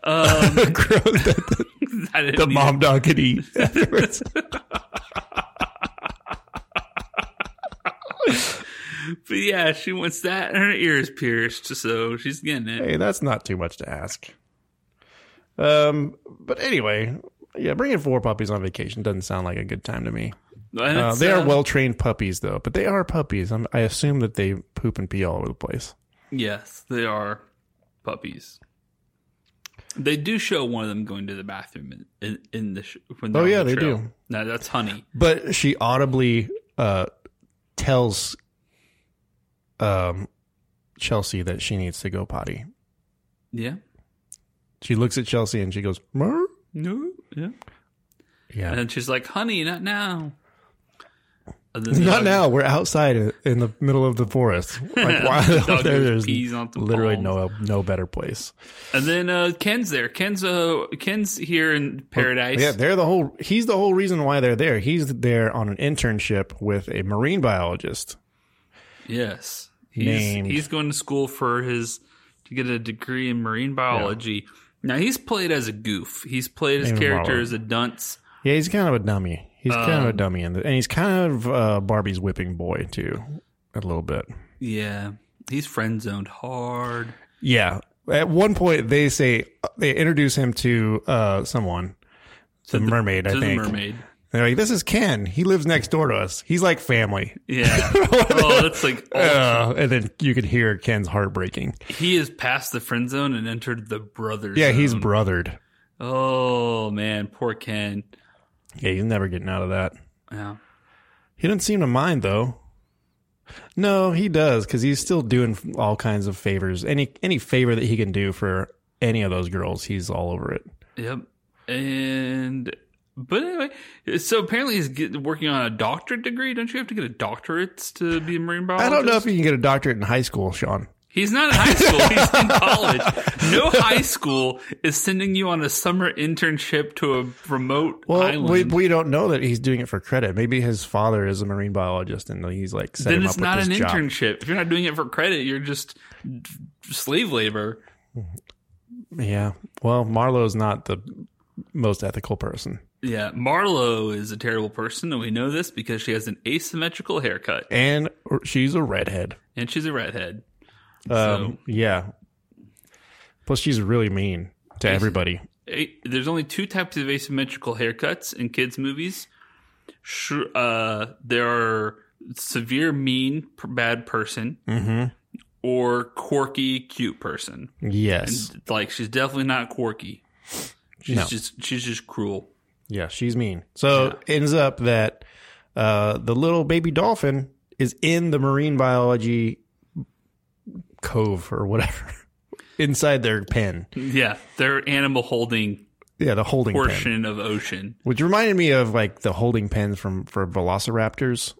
Speaker 1: Um,
Speaker 2: gross! That
Speaker 1: I didn't
Speaker 2: the
Speaker 1: need-
Speaker 2: mom dog could eat afterwards.
Speaker 1: But yeah, she wants that and her ears pierced, so she's getting it.
Speaker 2: Hey, that's not too much to ask. Um, but anyway, yeah, bringing four puppies on vacation doesn't sound like a good time to me.
Speaker 1: And
Speaker 2: Uh,
Speaker 1: it's,
Speaker 2: they are
Speaker 1: uh,
Speaker 2: well trained puppies, though, but they are puppies. I'm, I assume that they poop and pee all over the place.
Speaker 1: Yes, they are puppies. They do show one of them going to the bathroom in, in, in the sh- when they're
Speaker 2: Oh,
Speaker 1: on
Speaker 2: yeah,
Speaker 1: the
Speaker 2: they
Speaker 1: trail.
Speaker 2: do.
Speaker 1: No, that's honey.
Speaker 2: But she audibly uh, tells um, Chelsea that she needs to go potty.
Speaker 1: Yeah.
Speaker 2: She looks at Chelsea and she goes, "Mer?"
Speaker 1: No. Yeah. And
Speaker 2: "Yeah,
Speaker 1: then she's like, "Honey, not now." And then uh, the
Speaker 2: not
Speaker 1: dog-
Speaker 2: now. We're outside in- in the middle of the forest. Like why?
Speaker 1: dog
Speaker 2: there-
Speaker 1: goes
Speaker 2: there's
Speaker 1: pees on the
Speaker 2: literally
Speaker 1: palms.
Speaker 2: no no better place.
Speaker 1: And then uh, Ken's there. Ken's uh, Ken's here in paradise.
Speaker 2: Oh, Yeah, they're the whole. He's the whole reason why they're there. He's there on an internship with a marine biologist.
Speaker 1: Yes. He's
Speaker 2: Named.
Speaker 1: he's going to school for his to get a degree in marine biology. Now he's played as a goof. He's played his
Speaker 2: Named
Speaker 1: character
Speaker 2: Marlowe.
Speaker 1: as a dunce.
Speaker 2: Yeah, he's kind of a dummy. He's kind
Speaker 1: Um,
Speaker 2: of a dummy, in the, and he's kind of uh, Barbie's whipping boy too, a little bit.
Speaker 1: Yeah. He's friend zoned hard.
Speaker 2: Yeah. At one point, they say they introduce him to uh, someone, the, mermaid. I
Speaker 1: To the
Speaker 2: think
Speaker 1: mermaid.
Speaker 2: they're like, "This is Ken. He lives next door to us. He's like family."
Speaker 1: Yeah. oh, that's like oh,
Speaker 2: Uh, and then you could hear Ken's heartbreaking.
Speaker 1: he is past the friend zone and entered the brother
Speaker 2: Yeah,
Speaker 1: zone.
Speaker 2: he's brothered.
Speaker 1: Oh man, poor Ken.
Speaker 2: Yeah, he's never getting out of that.
Speaker 1: Yeah.
Speaker 2: He doesn't seem to mind though. No, he does because he's still doing all kinds of favors. Any any favor that he can do for any of those girls, he's all over it.
Speaker 1: Yep. And but anyway, so apparently he's get, working on a doctorate degree. Don't you have to get a doctorate to be a marine
Speaker 2: I
Speaker 1: biologist?
Speaker 2: don't know if you can get a doctorate in high school, Sean.
Speaker 1: he's not in high school. he's in college. No high school is sending you on a summer internship to a remote
Speaker 2: Well,
Speaker 1: island.
Speaker 2: we, we don't know that he's doing it for credit. Maybe his father is a marine biologist, and he's like set
Speaker 1: then
Speaker 2: him
Speaker 1: it's
Speaker 2: up
Speaker 1: not
Speaker 2: with
Speaker 1: an
Speaker 2: this job.
Speaker 1: internship. If you're not doing it for credit, you're just slave labor.
Speaker 2: Yeah. Well, Marlowe's not the most ethical person,
Speaker 1: Yeah, Marlo is a terrible person, and we know this because she has an asymmetrical haircut
Speaker 2: and she's a redhead.
Speaker 1: and she's a redhead.
Speaker 2: Um, Yeah. Plus, she's really mean to everybody.
Speaker 1: a- there's only two types of asymmetrical haircuts in kids movies. Sh- uh, there are severe mean p- bad person
Speaker 2: Mm-hmm.
Speaker 1: or quirky cute person.
Speaker 2: Yes.
Speaker 1: Like she's definitely not quirky. She's
Speaker 2: No.
Speaker 1: just she's just cruel.
Speaker 2: Yeah, she's mean. So it ends up that uh, the little baby dolphin is in the marine biology cove or whatever inside their pen.
Speaker 1: Yeah, they're animal holding
Speaker 2: Yeah, the holding pen.
Speaker 1: portion of ocean.
Speaker 2: Which reminded me of like the holding pens from for Velociraptors.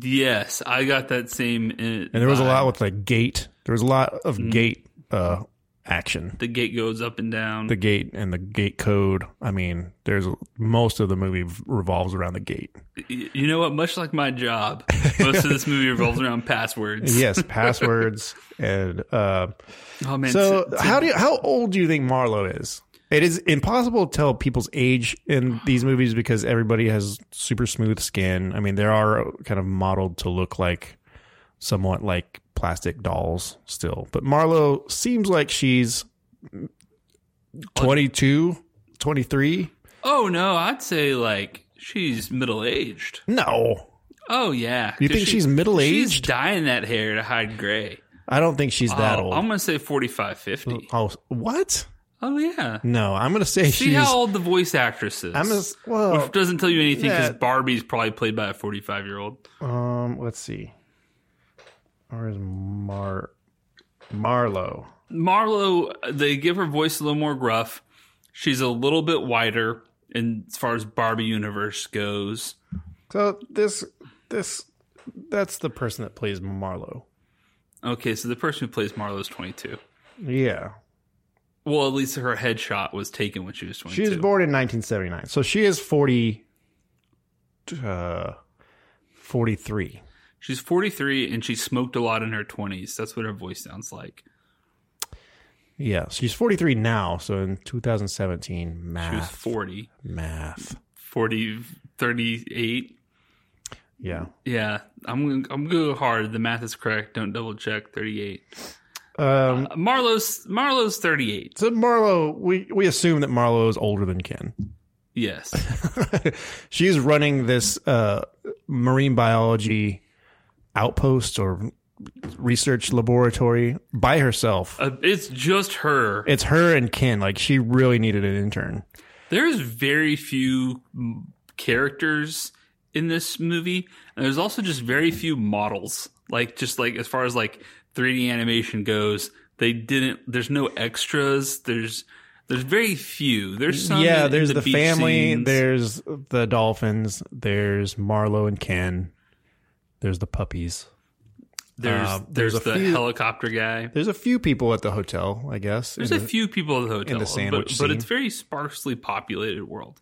Speaker 1: Yes, I got that same. uh,
Speaker 2: And there was a lot with like gate. There was a lot of gate uh, action.
Speaker 1: The gate goes up and down.
Speaker 2: The gate and the gate code. I mean, there's most of the movie revolves around the gate.
Speaker 1: Y- you know what? Much like my job, most of this movie revolves around passwords.
Speaker 2: Yes, passwords and uh,
Speaker 1: Oh man.
Speaker 2: so,
Speaker 1: so- so
Speaker 2: how do you, how old do you think Marlowe is? It is impossible to tell people's age in these movies because everybody has super smooth skin. I mean, they are kind of modeled to look like somewhat like plastic dolls still. But Marlowe seems like she's 22, 23.
Speaker 1: Oh no, I'd say like she's middle aged.
Speaker 2: No.
Speaker 1: Oh yeah,
Speaker 2: You
Speaker 1: 'Cause
Speaker 2: think she's middle-aged?
Speaker 1: She's dyeing that hair to hide gray.
Speaker 2: I don't think she's that
Speaker 1: Oh,
Speaker 2: old.
Speaker 1: I'm gonna say 45, 50.
Speaker 2: oh, what?
Speaker 1: Oh yeah.
Speaker 2: No, I'm going to say
Speaker 1: See
Speaker 2: she's
Speaker 1: how old the voice actress is.
Speaker 2: I'm gonna, s- well,
Speaker 1: which doesn't tell you anything because
Speaker 2: Yeah.
Speaker 1: Barbie's probably played by a 45 year old.
Speaker 2: Um, let's see. Where's Mar Marlowe?
Speaker 1: Marlo, they give her voice a little more gruff. She's a little bit wider, in as far as Barbie universe goes.
Speaker 2: So this this that's the person that plays Marlowe.
Speaker 1: Okay, so the person who plays Marlo is 22.
Speaker 2: Yeah.
Speaker 1: Well, at least her headshot was taken when she was 22.
Speaker 2: She was born in 1979. So she is 40 uh 43.
Speaker 1: She's 43 and she smoked a lot in her 20s. That's what her voice sounds like.
Speaker 2: Yeah, she's 43 now, so in 2017
Speaker 1: She was
Speaker 2: math
Speaker 1: 40,
Speaker 2: math.
Speaker 1: 40, 38.
Speaker 2: Yeah.
Speaker 1: Yeah, I'm gonna, I'm gonna go hard. The math is correct. Don't double check. Thirty eight.
Speaker 2: Um,
Speaker 1: Uh, Marlo's Marlo's thirty eight.
Speaker 2: so Marlo, we we assume that Marlo is older than Ken.
Speaker 1: Yes.
Speaker 2: She's running this uh, marine biology outpost or research laboratory by herself.
Speaker 1: Uh, it's just her.
Speaker 2: It's her and Ken. Like she really needed an intern.
Speaker 1: There's very few mm, characters in this movie, and there's also just very few models. Like just like as far as like 3D animation goes, they didn't. There's no extras. There's there's very few. There's some. in-
Speaker 2: yeah,
Speaker 1: in
Speaker 2: there's the,
Speaker 1: beach
Speaker 2: family.
Speaker 1: scenes.
Speaker 2: There's the dolphins. There's Marlo and Ken. There's the puppies.
Speaker 1: There's
Speaker 2: uh,
Speaker 1: there's,
Speaker 2: there's a
Speaker 1: the
Speaker 2: few-
Speaker 1: helicopter guy.
Speaker 2: There's a few people at the hotel, I guess.
Speaker 1: There's
Speaker 2: in
Speaker 1: a
Speaker 2: the-
Speaker 1: few people at the hotel,
Speaker 2: the sandwich
Speaker 1: but, but it's
Speaker 2: scene.
Speaker 1: very sparsely populated world.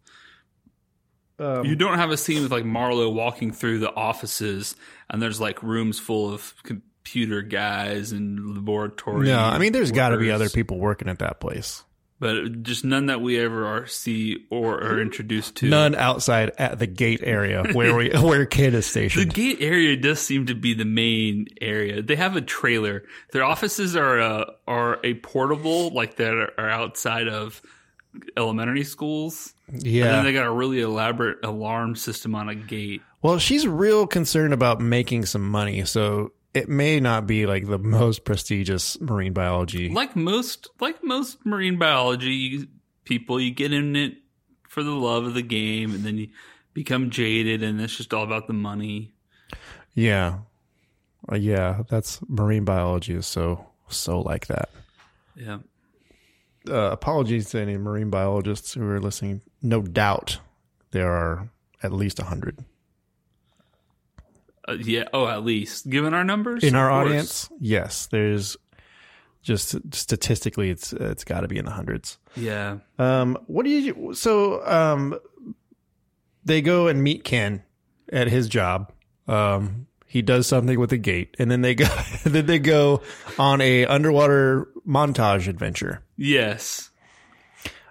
Speaker 2: um,
Speaker 1: You don't have a scene with like Marlo walking through the offices and there's like rooms full of computer guys and laboratory.
Speaker 2: no, I mean, there's got to be
Speaker 1: workers,
Speaker 2: other people working at that place.
Speaker 1: but just none that we ever are see or are introduced to.
Speaker 2: None outside at the gate area where we where Kid is
Speaker 1: The
Speaker 2: stationed.
Speaker 1: gate area does seem to be the main area. They have a trailer. Their offices are a, are a portable like that are outside of elementary schools. And
Speaker 2: yeah.
Speaker 1: then they got a really elaborate alarm system on a gate.
Speaker 2: well, she's real concerned about making some money, so it may not be like the most prestigious marine biology.
Speaker 1: like most like most marine biology people you get in it for the love of the game and then you become jaded and it's just all about the money
Speaker 2: yeah. Uh, yeah, that's marine biology is so so like that.
Speaker 1: yeah
Speaker 2: Uh, apologies to any marine biologists who are listening. No doubt there are at least 100
Speaker 1: uh, yeah oh at least given our numbers
Speaker 2: in our
Speaker 1: Of course.
Speaker 2: audience. Yes, there's just statistically it's it's got to be in the hundreds.
Speaker 1: yeah
Speaker 2: Um, what do you so um, they go and meet Ken at his job. Um, he does something with the gate, and then they go then they go on a underwater montage adventure.
Speaker 1: yes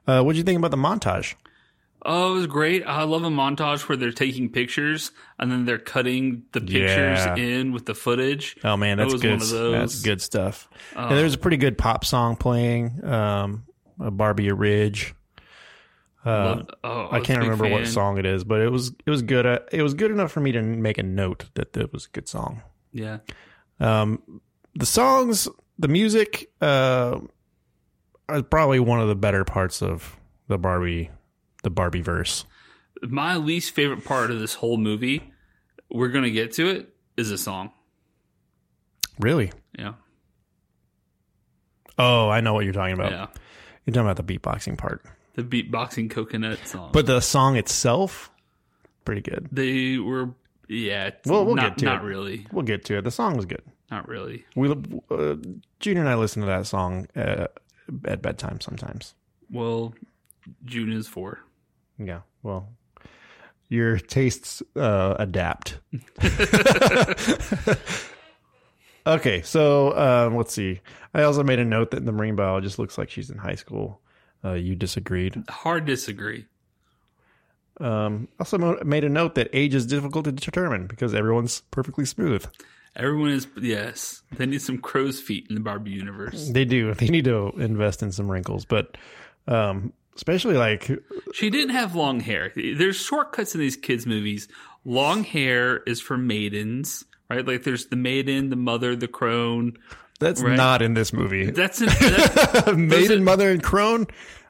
Speaker 2: Uh, what do you think about the montage?
Speaker 1: Oh, it was great. I love a montage where they're taking pictures and then they're cutting the pictures
Speaker 2: Yeah.
Speaker 1: in with the footage. Oh,
Speaker 2: Oh man,
Speaker 1: That
Speaker 2: that's
Speaker 1: was
Speaker 2: good.
Speaker 1: one of those. Um,
Speaker 2: That's good stuff. and there's a pretty good pop song playing. Um, uh, Barbie Ridge. Uh,
Speaker 1: Love- oh,
Speaker 2: I
Speaker 1: was a
Speaker 2: can't
Speaker 1: big
Speaker 2: remember what
Speaker 1: fan.
Speaker 2: song it is, but it was it was good. Uh, it was good enough for me to make a note that it was a good song.
Speaker 1: Yeah.
Speaker 2: Um, the songs, the music, uh, are probably one of the better parts of the Barbie, the Barbie verse.
Speaker 1: My least favorite part of this whole movie, we're going to get to it, is a song.
Speaker 2: Really?
Speaker 1: Yeah.
Speaker 2: Oh, I know what you're talking about.
Speaker 1: Yeah.
Speaker 2: You're talking about the beatboxing part,
Speaker 1: The beatboxing coconut song.
Speaker 2: but the song itself, pretty good.
Speaker 1: they were, yeah. it's
Speaker 2: Well, we'll
Speaker 1: not,
Speaker 2: get to
Speaker 1: Not
Speaker 2: it.
Speaker 1: really.
Speaker 2: We'll get to it. The song was good.
Speaker 1: Not really.
Speaker 2: We, uh, Junior and I listen to that song uh, at bedtime sometimes.
Speaker 1: Well, June is four.
Speaker 2: Yeah. Well, your tastes uh, adapt. okay. So um, let's see. I also made a note that the marine biologist looks like she's in high school. Uh, you disagreed.
Speaker 1: Hard disagree.
Speaker 2: Um, also mo- made a note that age is difficult to determine because everyone's perfectly smooth.
Speaker 1: Everyone is, yes. They need some crow's feet in the Barbie universe.
Speaker 2: They do. They need to invest in some wrinkles, but um, especially like
Speaker 1: She didn't have long hair. There's shortcuts in these kids' movies. Long hair is for maidens, right? Like there's the maiden, the mother, the crone.
Speaker 2: that's
Speaker 1: Right.
Speaker 2: not in this movie.
Speaker 1: That's, an, that's
Speaker 2: Maiden, mother, and crone.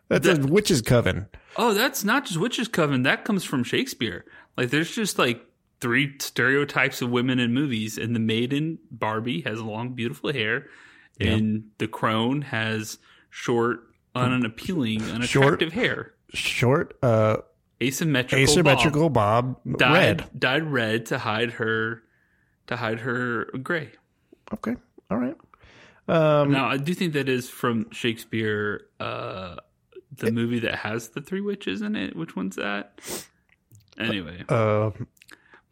Speaker 2: That's a witch's coven.
Speaker 1: Oh, that's not just witches' coven. That comes from Shakespeare. Like, there's just like three stereotypes of women in movies, and the maiden Barbie has long, beautiful hair, and the crone has short, unappealing, unattractive hair,
Speaker 2: Short. Uh,
Speaker 1: asymmetrical, bob.
Speaker 2: asymmetrical bob,
Speaker 1: dyed,
Speaker 2: red.
Speaker 1: dyed red to hide her, to hide her gray.
Speaker 2: Okay, all right. Um,
Speaker 1: Now, I do think that is from Shakespeare. Uh, the movie that has the three witches in it. Which one's that? Anyway.
Speaker 2: uh,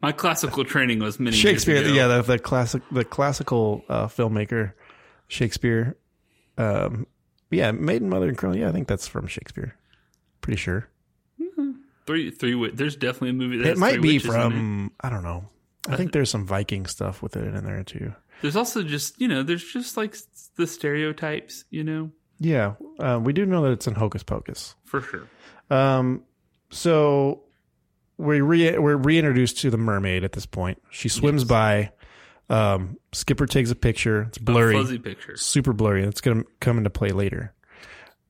Speaker 1: My classical training was many
Speaker 2: Shakespeare.
Speaker 1: Years ago.
Speaker 2: Yeah, the, the classic, the classical uh, filmmaker, Shakespeare. Um, yeah, maiden, mother, and crone. Yeah, I think that's from Shakespeare. Pretty sure
Speaker 1: three three. wi- There's definitely a movie that
Speaker 2: it
Speaker 1: has
Speaker 2: might
Speaker 1: three
Speaker 2: be
Speaker 1: witches in it.
Speaker 2: from. I don't know. I think there's some Viking stuff with it in there too.
Speaker 1: There's also just you know, there's just like s- the stereotypes, you know,
Speaker 2: Yeah, uh, we do know that it's in Hocus Pocus.
Speaker 1: for sure.
Speaker 2: Um, so we re- we're reintroduced to the mermaid at this point. She swims by. Um, Skipper takes a picture. It's
Speaker 1: A
Speaker 2: blurry,
Speaker 1: fuzzy picture,
Speaker 2: super blurry. It's gonna come into play later.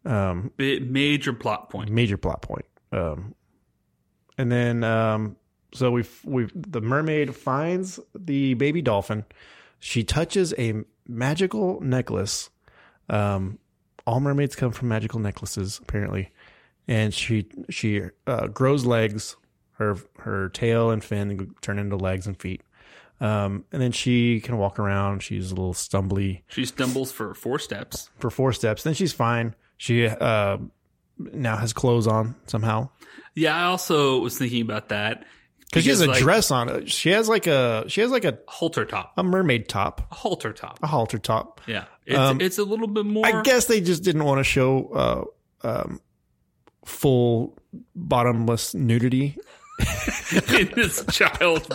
Speaker 2: Um,
Speaker 1: Bi- major plot point.
Speaker 2: major plot point. Um, and then um, so we we the mermaid finds the baby dolphin. She touches a magical necklace. Um, all mermaids come from magical necklaces, apparently. And she she uh, grows legs. Her her tail and fin turn into legs and feet. Um, and then she can walk around. She's a little stumbly
Speaker 1: She stumbles for four steps.
Speaker 2: for four steps. Then she's fine. She uh, now has clothes on somehow.
Speaker 1: Yeah, I also was thinking about that
Speaker 2: because she has a
Speaker 1: like,
Speaker 2: dress on. She has like a she has like a,
Speaker 1: halter top,
Speaker 2: a mermaid top,
Speaker 1: a halter top.
Speaker 2: a halter top.
Speaker 1: Yeah, it's,
Speaker 2: Oh. Um,
Speaker 1: it's a little bit more.
Speaker 2: I guess they just didn't want to show uh, um, full bottomless nudity.
Speaker 1: in this child.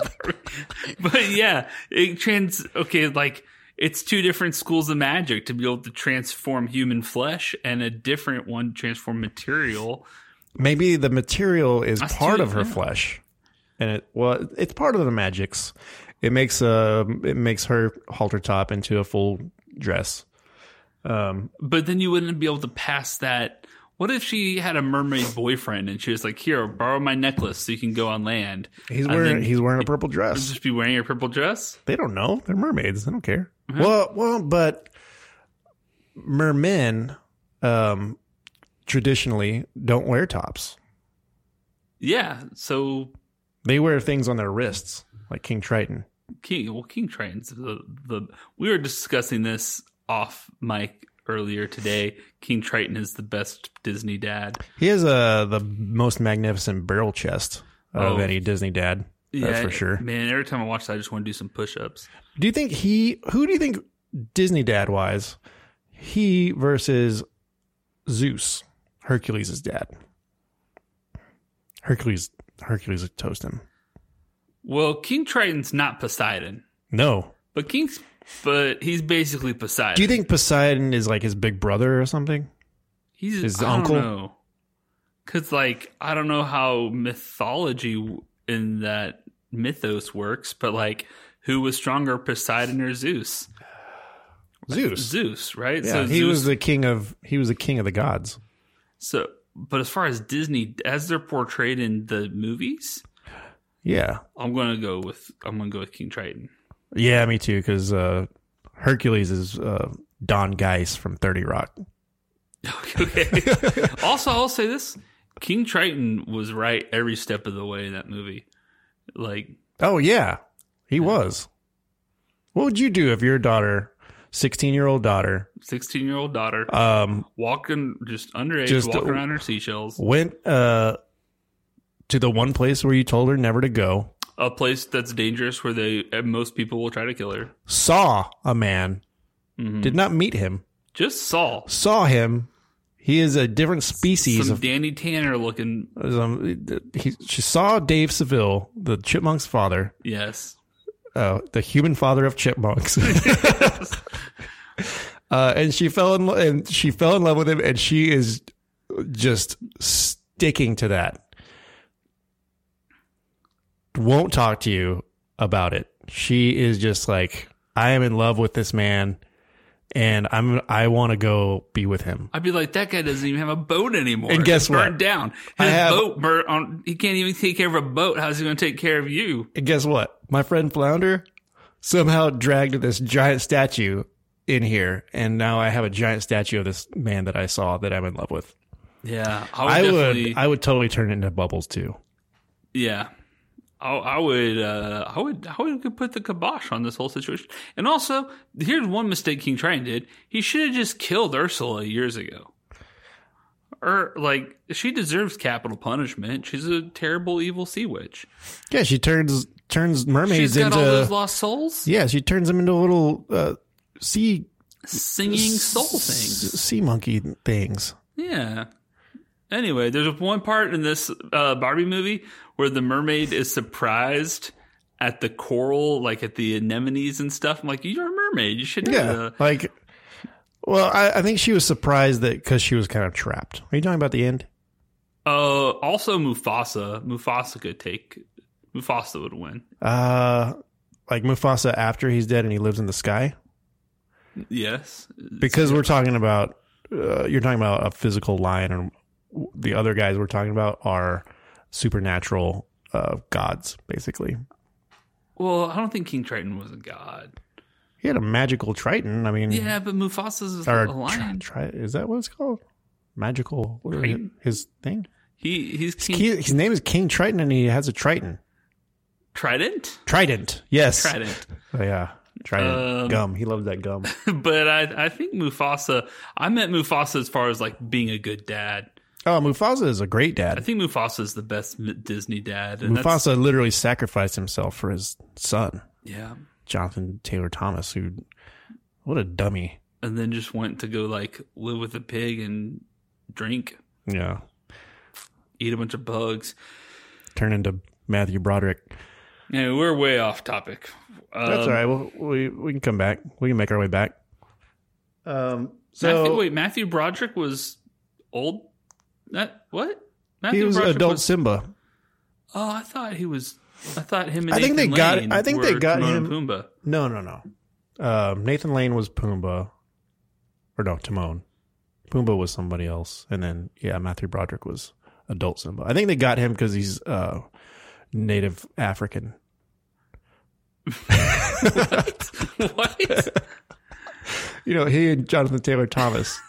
Speaker 1: but yeah, it trans. Okay, like it's two different schools of magic to be able to transform human flesh, and a different one to transform material.
Speaker 2: Maybe the material is
Speaker 1: That's
Speaker 2: part
Speaker 1: too-
Speaker 2: of her
Speaker 1: yeah.
Speaker 2: flesh, and it well, it's part of the magics. It makes a it makes her halter top into a full dress. Um,
Speaker 1: But then you wouldn't be able to pass that. What if she had a mermaid boyfriend and she was like, "Here, borrow my necklace so you can go on land."
Speaker 2: he's
Speaker 1: And
Speaker 2: wearing
Speaker 1: then
Speaker 2: he's wearing a purple dress.
Speaker 1: Just be wearing your purple dress.
Speaker 2: They don't know. They're mermaids. They don't care. Well, well, but mermen um, traditionally don't wear tops.
Speaker 1: Yeah. So
Speaker 2: They wear things on their wrists, like King Triton.
Speaker 1: King, well, King Triton's the, the we were discussing this off mic earlier today. King Triton is the best Disney dad.
Speaker 2: He has uh, the most magnificent barrel chest of
Speaker 1: Oh.
Speaker 2: any Disney dad. that's for sure.
Speaker 1: Man, every time I watch that, I just want to do some push ups.
Speaker 2: Do you think he? Who do you think Disney dad wise? He versus Zeus, Hercules' dad. Hercules, Hercules would toast him.
Speaker 1: Well, King Triton's not Poseidon,
Speaker 2: No,
Speaker 1: but King's, but he's basically Poseidon.
Speaker 2: Do you think Poseidon is like his big brother or something?
Speaker 1: he's
Speaker 2: his
Speaker 1: I don't
Speaker 2: uncle?
Speaker 1: know. Cause like I don't know how mythology w- in that mythos works, but like who was stronger, Poseidon or Zeus?
Speaker 2: Zeus.
Speaker 1: Zeus, right?
Speaker 2: Yeah, he
Speaker 1: Zeus
Speaker 2: was the king of he was the king of the gods.
Speaker 1: So, but as far as Disney, as they're portrayed in the movies,
Speaker 2: Yeah,
Speaker 1: I'm gonna go with I'm gonna go with King Triton.
Speaker 2: yeah, me too. Because uh, Hercules is uh, Don Geis from Thirty Rock.
Speaker 1: okay. also, I'll say this: King Triton was right every step of the way in that movie. Like,
Speaker 2: Oh yeah, he was. What would you do if your daughter, sixteen year old daughter,
Speaker 1: 16 year old daughter
Speaker 2: um,
Speaker 1: walking just underage,
Speaker 2: just- uh,
Speaker 1: walking around her seashells,
Speaker 2: went uh, to the one place where you told her never to go,
Speaker 1: a place that's dangerous where they and most people will try to kill her.
Speaker 2: saw a man,
Speaker 1: Mhm.
Speaker 2: did not meet him,
Speaker 1: Just Saul,
Speaker 2: saw him. He is a different species
Speaker 1: some
Speaker 2: of
Speaker 1: Danny Tanner looking.
Speaker 2: Um, he, she saw Dave Seville, the chipmunk's father,
Speaker 1: Yes,
Speaker 2: uh, the human father of chipmunks, uh, and she fell in lo- and she fell in love with him, and she is just sticking to that. Won't talk to you about it. She is just like, I am in love with this man, and I'm I want to go be with him.
Speaker 1: I'd be like, that guy doesn't even have a boat anymore.
Speaker 2: And guess
Speaker 1: It's burned
Speaker 2: what?
Speaker 1: down. His
Speaker 2: I have-
Speaker 1: boat burnt on. He can't even take care of a boat. How's he going to take care of you?
Speaker 2: And guess what? My friend Flounder somehow dragged this giant statue in here, and now I have a giant statue of this man that I saw that I'm in love with.
Speaker 1: Yeah,
Speaker 2: I
Speaker 1: I would.
Speaker 2: would,
Speaker 1: Oh, definitely-
Speaker 2: I would totally turn it into bubbles too.
Speaker 1: yeah, I, I would. Uh, I would. I would put the kibosh on this whole situation. And also, here's one mistake King Triton did. He should have just killed Ursula years ago. Or like, she deserves capital punishment. She's a terrible, evil sea witch.
Speaker 2: Yeah, she turns turns mermaids
Speaker 1: She's got all those
Speaker 2: into.
Speaker 1: lost souls,
Speaker 2: Yeah, she turns them into little uh, sea
Speaker 1: singing soul things.
Speaker 2: s- sea monkey things.
Speaker 1: Yeah. Anyway, there's one part in this uh, Barbie movie where the mermaid is surprised at the coral, like at the anemones and stuff. I'm like, you're a mermaid. You should.
Speaker 2: Yeah.
Speaker 1: know.
Speaker 2: Like, well, I, I think she was surprised that because she was kind of trapped. Are you talking about the end?
Speaker 1: Uh, also Mufasa. Mufasa could take. Mufasa would win.
Speaker 2: Uh, like Mufasa after he's dead and he lives in the sky?
Speaker 1: Yes.
Speaker 2: Because we're talking about, uh, you're talking about a physical lion, and w- the other guys we're talking about are supernatural uh, gods, basically.
Speaker 1: Well, I don't think King Triton was a god.
Speaker 2: He had a magical triton. I mean,
Speaker 1: Yeah, but Mufasa's
Speaker 2: or
Speaker 1: a lion.
Speaker 2: Tri- tri- is that what it's called? Magical. What is it?
Speaker 1: Triton?
Speaker 2: His thing.
Speaker 1: he he's King
Speaker 2: He- his name is King Triton, and he has a triton.
Speaker 1: Trident.
Speaker 2: Trident. Yes.
Speaker 1: Trident.
Speaker 2: Oh, yeah. Trident.
Speaker 1: Um,
Speaker 2: gum. He loves that gum.
Speaker 1: but I I think Mufasa. I meant Mufasa as far as like being a good dad.
Speaker 2: Oh, Mufasa is a great
Speaker 1: I
Speaker 2: dad.
Speaker 1: think Mufasa is the best m- Disney dad. And that's-
Speaker 2: Mufasa literally sacrificed himself for his son,
Speaker 1: yeah.
Speaker 2: Jonathan Taylor Thomas, who, what a dummy.
Speaker 1: And then just went to go like live with a pig and drink,
Speaker 2: Yeah.
Speaker 1: eat a bunch of bugs.
Speaker 2: Turned into Matthew Broderick.
Speaker 1: Yeah, we're way off topic.
Speaker 2: That's
Speaker 1: Um,
Speaker 2: all right. We'll, we, we can come back. We can make our way back. Um, so
Speaker 1: Matthew, wait, Matthew Broderick was old. That what? Matthew
Speaker 2: he was adult
Speaker 1: was-
Speaker 2: Simba.
Speaker 1: oh, I thought he was. I thought him and
Speaker 2: I think
Speaker 1: Nathan
Speaker 2: they got-
Speaker 1: Lane
Speaker 2: I think they
Speaker 1: were
Speaker 2: got
Speaker 1: Timon
Speaker 2: him-
Speaker 1: and Pumbaa.
Speaker 2: No, no, no. Um, Nathan Lane was Pumbaa, or no, Timon. Pumbaa was somebody else, and then yeah, Matthew Broderick was adult Simba. I think they got him because he's uh, Native African.
Speaker 1: what?
Speaker 2: You know, he and Jonathan Taylor Thomas,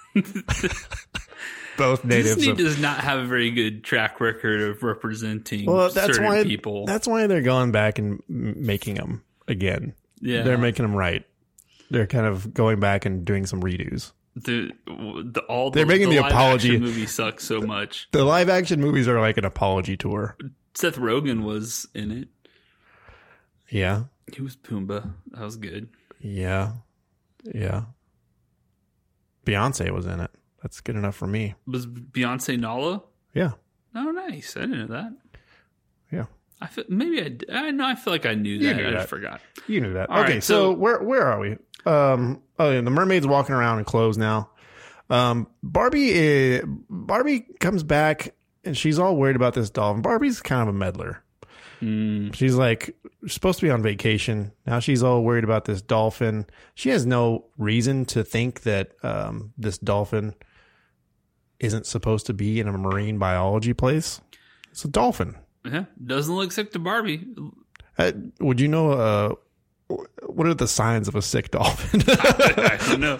Speaker 2: both natives.
Speaker 1: Disney
Speaker 2: of-
Speaker 1: does not have a very good track record of representing
Speaker 2: well, that's
Speaker 1: certain
Speaker 2: why
Speaker 1: people.
Speaker 2: that's why they're going back and m- making them again.
Speaker 1: yeah,
Speaker 2: They're making them right. They're kind of going back and doing some redos.
Speaker 1: the, the all
Speaker 2: They're making the
Speaker 1: live-action
Speaker 2: apology.
Speaker 1: Movie sucks so much.
Speaker 2: The live action movies are like an apology tour.
Speaker 1: Seth Rogen was in it.
Speaker 2: Yeah.
Speaker 1: He was Pumbaa. That was good.
Speaker 2: Yeah. Yeah. Beyonce was in it. That's good enough for me.
Speaker 1: Was Beyonce Nala?
Speaker 2: Yeah.
Speaker 1: Oh, nice. I didn't know that.
Speaker 2: Yeah.
Speaker 1: I feel, maybe I, d- I know. I feel like I knew
Speaker 2: You
Speaker 1: that.
Speaker 2: knew
Speaker 1: I just
Speaker 2: that.
Speaker 1: forgot.
Speaker 2: You knew that.
Speaker 1: All
Speaker 2: okay,
Speaker 1: right, so-
Speaker 2: so, where where are we? Um oh yeah, the mermaid's walking around in clothes now. Um Barbie uh, Barbie comes back and she's all worried about this dolphin. Barbie's kind of a meddler.
Speaker 1: Mm,
Speaker 2: She's like supposed to be on vacation. Now she's all worried about this dolphin. She has no reason to think that um, this dolphin isn't supposed to be in a marine biology place. It's a dolphin.
Speaker 1: yeah, doesn't look sick to Barbie.
Speaker 2: Uh, would you know? Uh, what are the signs of a sick dolphin?
Speaker 1: I don't know.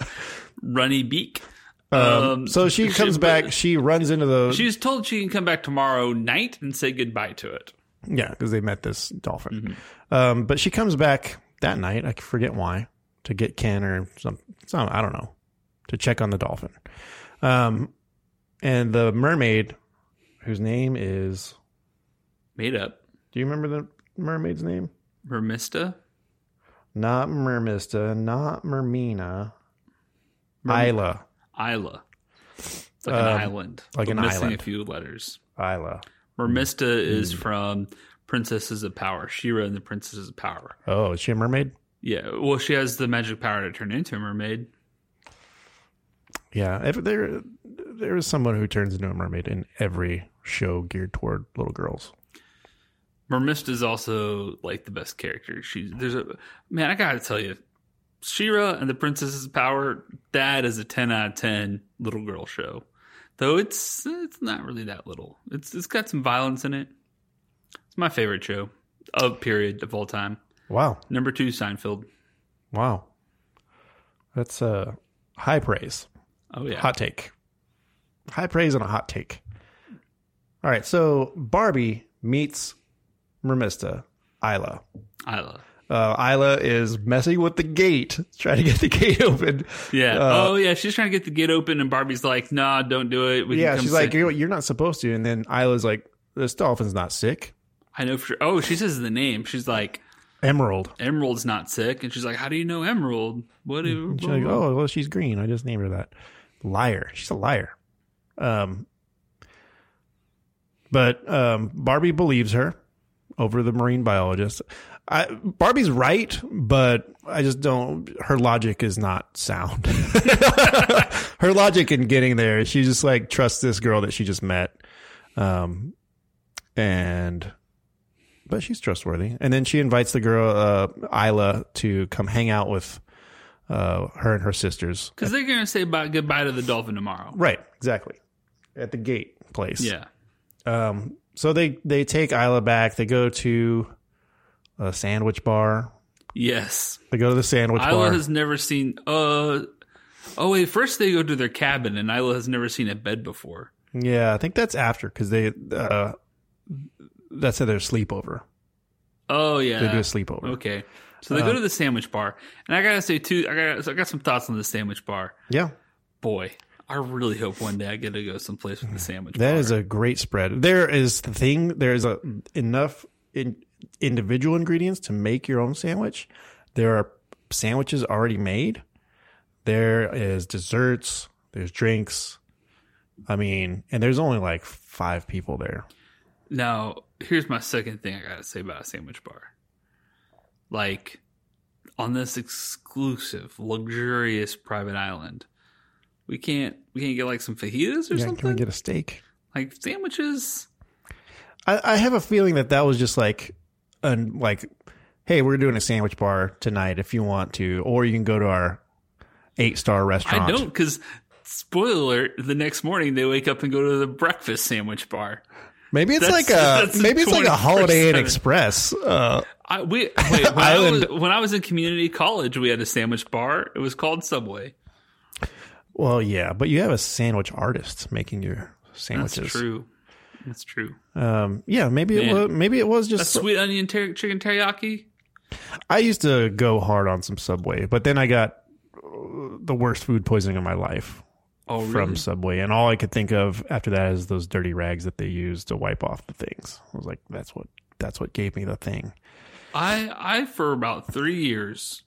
Speaker 1: Runny beak.
Speaker 2: um,
Speaker 1: Um,
Speaker 2: so she comes back. She runs into the
Speaker 1: She's told she can come back tomorrow night and say goodbye to it.
Speaker 2: Yeah, because they met this dolphin. Um, but she comes back that night. I forget why to get Ken or some, some I don't know to check on the dolphin. Um, and the mermaid, whose name is,
Speaker 1: Made up.
Speaker 2: do you remember the mermaid's name?
Speaker 1: Vermista?
Speaker 2: Not Mermista, not Mermina, Isla,
Speaker 1: Isla. It's like an
Speaker 2: Um,
Speaker 1: island.
Speaker 2: like
Speaker 1: but
Speaker 2: an
Speaker 1: missing
Speaker 2: island. Hmm.
Speaker 1: a few letters.
Speaker 2: Isla.
Speaker 1: Vermista is from Princesses of Power. Shira and the Princesses of Power.
Speaker 2: Oh, is she a mermaid?
Speaker 1: Yeah. Well, she has the magic power to turn into a mermaid.
Speaker 2: Yeah, if there there is someone who turns into a mermaid in every show geared toward little girls.
Speaker 1: Mermista is also like the best character. She's there's a man. I gotta tell you, Shira and the Princess's Power. That is a ten out of ten little girl show. Though it's it's not really that little. It's it's got some violence in it. It's my favorite show of period of all time.
Speaker 2: Wow,
Speaker 1: Number two, Seinfeld.
Speaker 2: Wow. That's uh, high praise.
Speaker 1: Oh yeah,
Speaker 2: Hot take. High praise and a hot take. All right, so Barbie meets Mermista, Isla.
Speaker 1: Isla.
Speaker 2: Uh, Isla is messing with the gate, trying to get the gate open.
Speaker 1: Yeah.
Speaker 2: Uh,
Speaker 1: oh yeah, she's trying to get the gate open, and Barbie's like, "Nah, don't do it." We can
Speaker 2: yeah,
Speaker 1: come
Speaker 2: she's like,
Speaker 1: sit."
Speaker 2: you're, you're not supposed to. And then Isla's like, this dolphin's not sick.
Speaker 1: "I know for sure." Oh, she says the name. She's like,
Speaker 2: Emerald.
Speaker 1: "Emerald's not sick," and she's like, "How do you know Emerald? What? do-
Speaker 2: And she's like, oh, well, she's green. I just named her that. Liar. She's a liar. Um, but um, Barbie believes her over the marine biologist. I, Barbie's right, but I just don't. Her logic is not sound. her logic in getting there, she just like trusts this girl that she just met, um, and but she's trustworthy. And then she invites the girl uh, Isla to come hang out with uh, her and her sisters.
Speaker 1: Because they're going to say bye, goodbye to the dolphin tomorrow.
Speaker 2: Right, exactly, at the gate place.
Speaker 1: Yeah.
Speaker 2: Um, so they they take Isla back. They go to a sandwich bar.
Speaker 1: Yes.
Speaker 2: They go to the sandwich
Speaker 1: Isla
Speaker 2: bar.
Speaker 1: has never seen. Uh, oh wait, first they go to their cabin, and Isla has never seen a bed before.
Speaker 2: yeah, I think that's after because they uh, that's at their sleepover.
Speaker 1: Oh
Speaker 2: They do a Uh.
Speaker 1: yeah.
Speaker 2: sleepover.
Speaker 1: Okay. So they go to the sandwich bar, and I gotta say too, I got so I got some thoughts on the sandwich bar.
Speaker 2: Yeah,
Speaker 1: Boy, I really hope one day I get to go someplace with the sandwich.
Speaker 2: that
Speaker 1: bar.
Speaker 2: is a great spread. There is the thing. There is a enough in, individual ingredients to make your own sandwich. There are sandwiches already made. There is desserts. There's drinks. I mean, and there's only like five people there.
Speaker 1: Now, here's my second thing I gotta say about a sandwich bar. Like, on this exclusive, luxurious private island, we can't we can't get like some fajitas or
Speaker 2: Yeah, can we
Speaker 1: something
Speaker 2: get a steak?
Speaker 1: like sandwiches.
Speaker 2: I, I have a feeling that that was just like, an, like, hey, we're doing a sandwich bar tonight if you want to, or you can go to our eight star restaurant.
Speaker 1: I don't because spoiler: alert, the next morning they wake up and go to the breakfast sandwich bar.
Speaker 2: Maybe it's
Speaker 1: That's-
Speaker 2: like a
Speaker 1: that's
Speaker 2: maybe it's like a Holiday Inn
Speaker 1: 24/7.
Speaker 2: Express. Uh,
Speaker 1: I, we wait, when, I was,
Speaker 2: Island.
Speaker 1: when I was in community college, we had a sandwich bar. It was called Subway.
Speaker 2: well, yeah, but you have a sandwich artist making your
Speaker 1: That's
Speaker 2: sandwiches.
Speaker 1: true. That's true.
Speaker 2: Um, yeah, maybe it
Speaker 1: Man.
Speaker 2: was maybe it was
Speaker 1: A
Speaker 2: just.
Speaker 1: sweet onion ter- chicken teriyaki.
Speaker 2: I used to go hard on some Subway, but then I got uh, the worst food poisoning of my life
Speaker 1: Oh, really?
Speaker 2: from Subway, and all I could think of after that is those dirty rags that they use to wipe off the things. I was like, that's what that's what gave me the thing.
Speaker 1: I I for about three years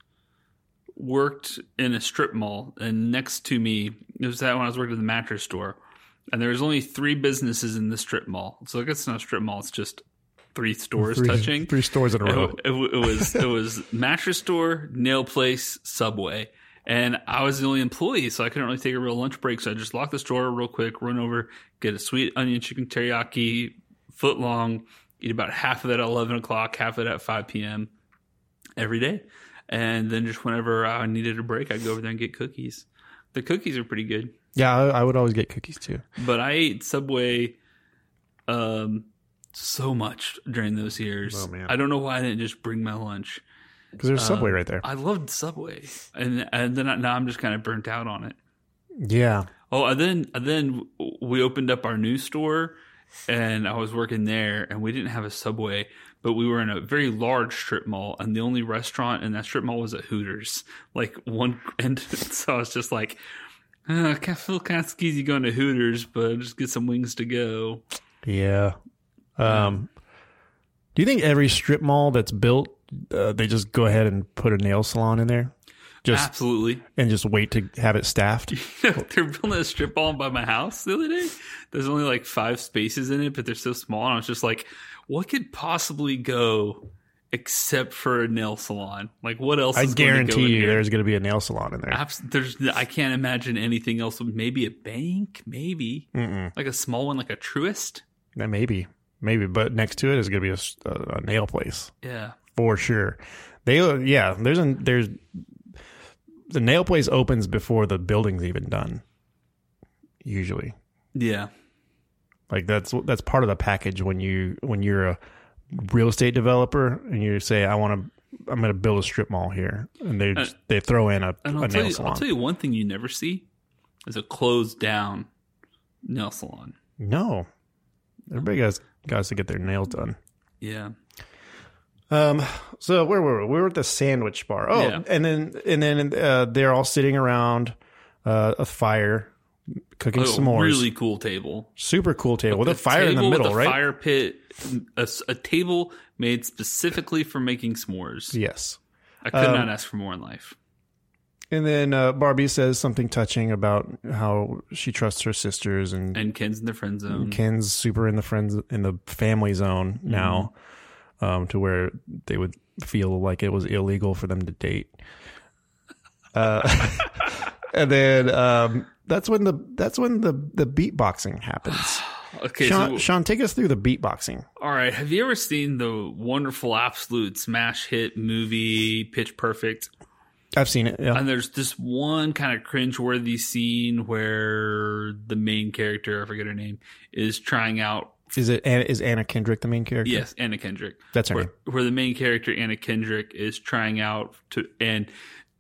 Speaker 1: worked in a strip mall, and next to me it was that when I was working at the mattress store, and there was only three businesses in the strip mall. So I guess it's not a strip mall; it's just three stores
Speaker 2: Three,
Speaker 1: touching.
Speaker 2: three stores in a row.
Speaker 1: It, it, it was it was mattress store, nail place, Subway, and I was the only employee, so I couldn't really take a real lunch break. So I just locked the store real quick, run over, get a sweet onion chicken teriyaki foot long, eat about half of it at eleven o'clock, half of it at five p.m. every day, and then just whenever I needed a break, I'd go over there and get cookies. The cookies are pretty good,
Speaker 2: Yeah, I, I would always get cookies too.
Speaker 1: but I ate Subway. Um, so much during those years.
Speaker 2: Oh, man.
Speaker 1: I don't know why I didn't just bring my lunch.
Speaker 2: Because there's Subway
Speaker 1: Um,
Speaker 2: right there.
Speaker 1: I loved Subway, and and then I, now I'm just kind of burnt out on it.
Speaker 2: yeah.
Speaker 1: Oh, and then and then we opened up our new store, and I was working there, and we didn't have a Subway, but we were in a very large strip mall, and the only restaurant in that strip mall was at Hooters, like one. And so I was just like, "Uh, I feel kind of skeezy going to Hooters, but just get some wings to go.
Speaker 2: Yeah. Um, do you think every strip mall that's built, uh, they just go ahead and put a nail salon in there, just
Speaker 1: Absolutely.
Speaker 2: and just wait to have it staffed?
Speaker 1: they're building a strip mall by my house the other day. There's only like five spaces in it, but they're so small. And I was just like, what could possibly go except for a nail salon? Like, what else?
Speaker 2: I
Speaker 1: is going to go in
Speaker 2: guarantee you,
Speaker 1: here? Ah.
Speaker 2: there's going to be a nail salon in there.
Speaker 1: Abs- there's. I can't imagine anything else. Maybe a bank, maybe
Speaker 2: Mm-mm.
Speaker 1: like a small one, like a Truist.
Speaker 2: Now, Maybe, maybe, but next to it is going to be a s- a, a nail place
Speaker 1: Yeah,
Speaker 2: for sure. They, uh, yeah, there's a there's the nail place opens before the building's even done. Usually,
Speaker 1: yeah.
Speaker 2: Like that's that's part of the package when you when you're a real estate developer and you say I want to I'm going to build a strip mall here and they just- they throw in a, a
Speaker 1: Uh, And I'll
Speaker 2: nail
Speaker 1: tell you,
Speaker 2: salon.
Speaker 1: I'll tell you one thing you never see is a closed down nail salon.
Speaker 2: No, everybody has guys to get their nails done.
Speaker 1: Yeah.
Speaker 2: Um, so where were we? We were at the sandwich bar. Oh,
Speaker 1: Yeah.
Speaker 2: and then and then uh, they're all sitting around uh, a fire cooking
Speaker 1: Oh,
Speaker 2: s'mores.
Speaker 1: really cool table.
Speaker 2: Super cool table with a,
Speaker 1: A
Speaker 2: fire in the
Speaker 1: table with
Speaker 2: middle,
Speaker 1: a
Speaker 2: right?
Speaker 1: Fire pit, a, s- a table made specifically for making s'mores.
Speaker 2: Yes.
Speaker 1: I could
Speaker 2: Um,
Speaker 1: not ask for more in life.
Speaker 2: And then uh, Barbie says something touching about how she trusts her sisters, and,
Speaker 1: Mm-hmm. And Ken's in the friend zone.
Speaker 2: Ken's super in the friends in the family zone now. um, to where they would feel like it was illegal for them to date. Uh, and then um, that's when the that's when the the beatboxing happens.
Speaker 1: Okay,
Speaker 2: Sean,
Speaker 1: so
Speaker 2: Sean, take us through the beatboxing.
Speaker 1: all right. Have you ever seen the wonderful absolute smash hit movie Pitch Perfect?
Speaker 2: I've seen it. Yeah.
Speaker 1: And there's this one kind of cringeworthy scene where the main character, I forget her name, is trying out.
Speaker 2: Is it Anna, is Anna Kendrick the main character?
Speaker 1: Yes, Anna Kendrick.
Speaker 2: that's her
Speaker 1: where,
Speaker 2: name.
Speaker 1: where the main character Anna Kendrick is trying out to and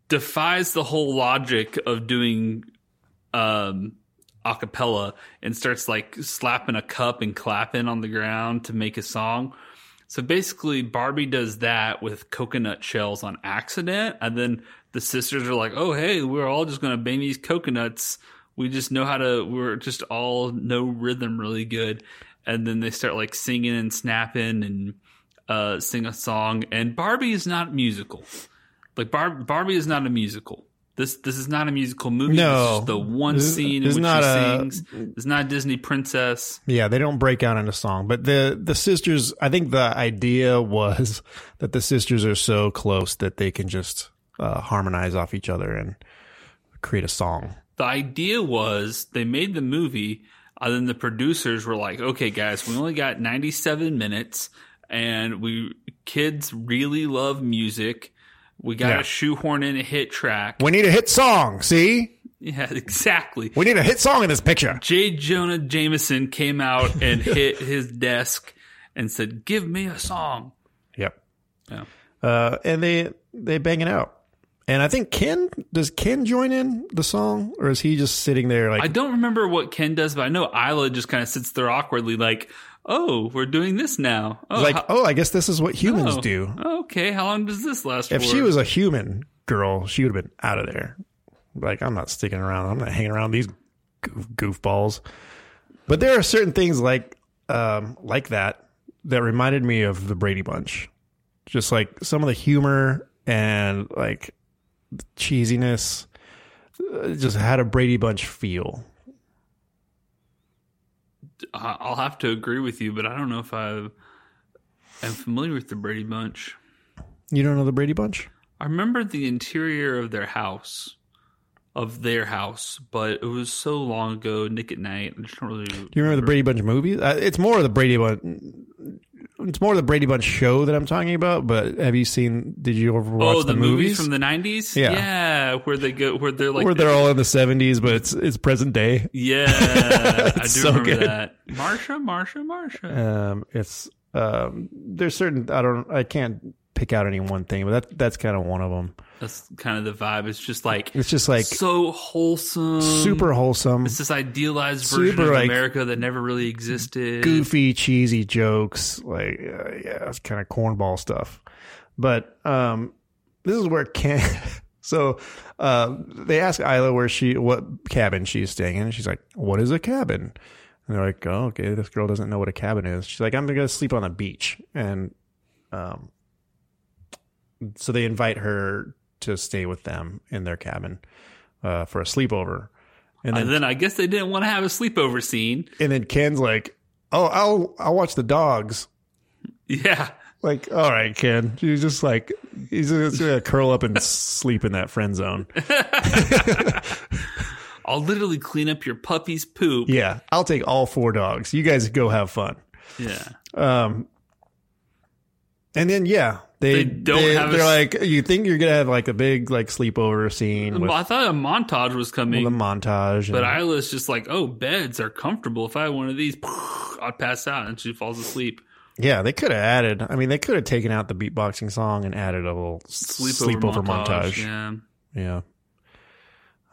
Speaker 1: defies the whole logic of doing um a cappella and starts like slapping a cup and clapping on the ground to make a song. So basically Barbie does that with coconut shells on accident and then the sisters are like, "Oh hey, we're all just going to bang these coconuts. We just know how to we're just all know rhythm really good." And then they start like singing and snapping and uh, sing a song, and Barbie is not musical. Like Bar- Barbie is not a musical. This this is not a musical movie.
Speaker 2: No.
Speaker 1: this is the one
Speaker 2: This is-
Speaker 1: scene in which
Speaker 2: this is
Speaker 1: she
Speaker 2: not a-
Speaker 1: sings. It's not a Disney princess.
Speaker 2: Yeah, they don't break out in a song, but the the sisters. I think the idea was that the sisters are so close that they can just uh, harmonize off each other and create a song.
Speaker 1: The idea was they made the movie, and then the producers were like, "Okay, guys, we only got ninety seven minutes, and we kids really love music. We got to
Speaker 2: Yeah.
Speaker 1: shoehorn in a hit track.
Speaker 2: We need a hit song. See,
Speaker 1: yeah, exactly.
Speaker 2: we need a hit song in this picture.
Speaker 1: J. Jonah Jameson came out and hit his desk and said, Give me a song.
Speaker 2: Yep.
Speaker 1: Yeah.
Speaker 2: Uh, and they they bang it out. And I think Ken does Ken join in the song, or is he just sitting there like
Speaker 1: I don't remember what Ken does, but I know Isla just kind of sits there awkwardly, like, Oh, we're doing this now. Oh,
Speaker 2: like
Speaker 1: ho-
Speaker 2: oh I guess this is what humans
Speaker 1: oh,
Speaker 2: do.
Speaker 1: Okay, how long does this last
Speaker 2: If
Speaker 1: for?
Speaker 2: she was a human girl, she would have been out of there. Like, I'm not sticking around. I'm not hanging around these goof, goofballs. But there are certain things like um, like that that reminded me of the Brady Bunch. Just like some of the humor and like the cheesiness, uh, it just had a Brady Bunch feel.
Speaker 1: I- I'll have to agree with you, but I don't know if I am familiar with the Brady Bunch.
Speaker 2: You don't know the Brady Bunch?
Speaker 1: I remember the interior of their house. Of their house, but it was so long ago, Nick at Night. I just don't really
Speaker 2: Do you remember the Brady Bunch movie? Uh, it's more of the Brady Bunch. It's more the Brady Bunch show that I'm talking about. But have you seen? Did you ever watch
Speaker 1: oh, the, movies?
Speaker 2: movies
Speaker 1: from the nineties.
Speaker 2: Yeah.
Speaker 1: where they go, where they're like,
Speaker 2: where they're all in the 70s, but it's it's present day.
Speaker 1: yeah, I do
Speaker 2: It's so
Speaker 1: remember
Speaker 2: good.
Speaker 1: that. Marsha, Marsha, Marsha.
Speaker 2: Um, it's um, there's certain I don't I can't pick out any one thing, but that that's kind of one of them.
Speaker 1: That's kind of the vibe. It's just like,
Speaker 2: It's just like
Speaker 1: so wholesome,
Speaker 2: super wholesome,
Speaker 1: It's this idealized version
Speaker 2: super,
Speaker 1: of
Speaker 2: like,
Speaker 1: America that never really existed.
Speaker 2: goofy, cheesy jokes, like uh, yeah, it's kind of cornball stuff. But um, this is where Ken. so uh, they ask Isla where she what cabin she's staying in. And she's like, "What is a cabin?" And they're like, "Oh, okay, this girl doesn't know what a cabin is." She's like, "I'm gonna sleep on the beach," and um, so they invite her to stay with them in their cabin uh, for a sleepover.
Speaker 1: And Uh, then, I guess they didn't want to have a sleepover scene.
Speaker 2: And then Ken's like, "Oh, I'll I'll watch the dogs."
Speaker 1: Yeah,
Speaker 2: Like, all right, Ken. He's just like he's just gonna curl up and sleep in that friend zone.
Speaker 1: I'll literally clean up your puppy's poop.
Speaker 2: Yeah, I'll take all four dogs. You guys go have fun.
Speaker 1: yeah.
Speaker 2: Um, and then yeah, they,
Speaker 1: They
Speaker 2: don't
Speaker 1: don't
Speaker 2: they,
Speaker 1: have a
Speaker 2: they're
Speaker 1: s-
Speaker 2: like you think you're gonna have like a big like sleepover scene with,
Speaker 1: Well, I thought a montage was coming,
Speaker 2: with a montage.
Speaker 1: But
Speaker 2: and-
Speaker 1: Isla's just like, oh, beds are comfortable. If I had one of these, I'd pass out, and she falls asleep.
Speaker 2: yeah, they could have added. I mean, they could have taken out the beatboxing song and added a little
Speaker 1: Sleepover,
Speaker 2: sleepover, montage.
Speaker 1: Yeah,
Speaker 2: Yeah.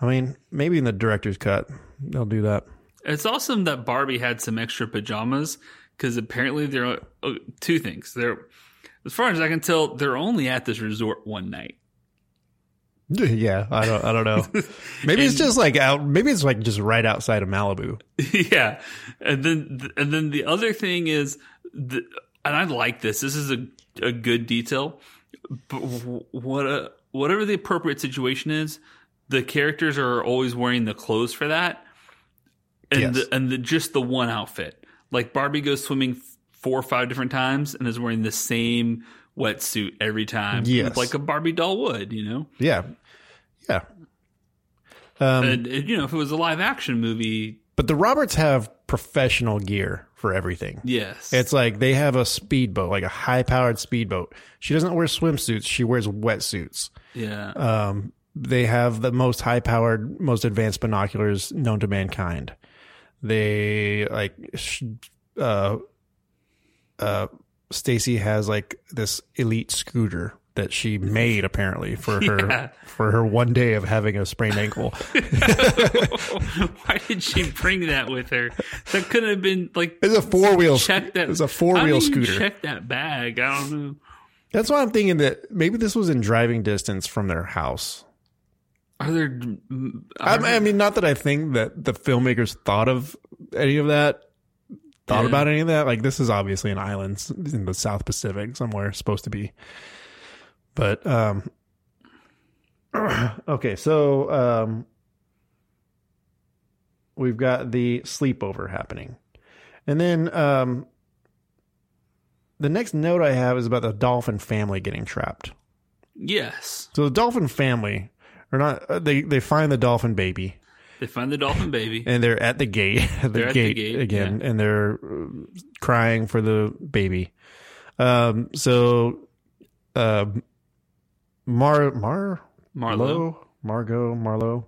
Speaker 2: I mean, maybe in the director's cut, they'll do that.
Speaker 1: it's awesome that Barbie had some extra pajamas because apparently there are uh, two things. They're, as far as I can tell, they're only at this resort one night.
Speaker 2: yeah, I don't I don't know. Maybe it's just like out maybe it's like just right outside of Malibu.
Speaker 1: yeah, and then and then the other thing is, the, and I like this. This is a a good detail. But wh- what a, whatever the appropriate situation is, the characters are always wearing the clothes for that, and
Speaker 2: Yes.
Speaker 1: the, and the, just the one outfit. Like Barbie goes swimming f- four or five different times and is wearing the same wetsuit every time.
Speaker 2: Yes.
Speaker 1: Like a Barbie doll would, you know?
Speaker 2: Yeah. Yeah. Um,
Speaker 1: and, and, you know, if it was a live action movie,
Speaker 2: but the Roberts have professional gear for everything.
Speaker 1: yes.
Speaker 2: It's like they have a speedboat, like a high powered speedboat. She doesn't wear swimsuits, she wears wetsuits.
Speaker 1: yeah.
Speaker 2: Um, they have the most high powered, most advanced binoculars known to mankind. They like, sh- uh, uh, Stacy has like this elite scooter that she made apparently for
Speaker 1: Yeah.
Speaker 2: her for her one day of having a sprained ankle.
Speaker 1: Why did she bring that with her? That could have been like
Speaker 2: It's a four wheel.
Speaker 1: check that.
Speaker 2: It's a four wheel
Speaker 1: How do you
Speaker 2: scooter.
Speaker 1: Check that bag. I don't know.
Speaker 2: That's why I'm thinking that maybe this was in driving distance from their house.
Speaker 1: Are there?
Speaker 2: I,
Speaker 1: Are
Speaker 2: I mean, not that I think that the filmmakers thought of any of that, thought
Speaker 1: Yeah.
Speaker 2: about any of that. Like, this is obviously an island s- in the South Pacific somewhere, it's supposed to be. But, um, okay, so, um, we've got the sleepover happening. And then, um, the next note I have is about the dolphin family getting trapped.
Speaker 1: yes,
Speaker 2: So the dolphin family are not uh, they they find the dolphin baby
Speaker 1: they find the dolphin baby.
Speaker 2: and they're at the gate the
Speaker 1: They're at
Speaker 2: gate,
Speaker 1: the gate,
Speaker 2: again and they're uh, crying for the baby. Um so uh Mar Mar
Speaker 1: Marlo.
Speaker 2: Margot Marlo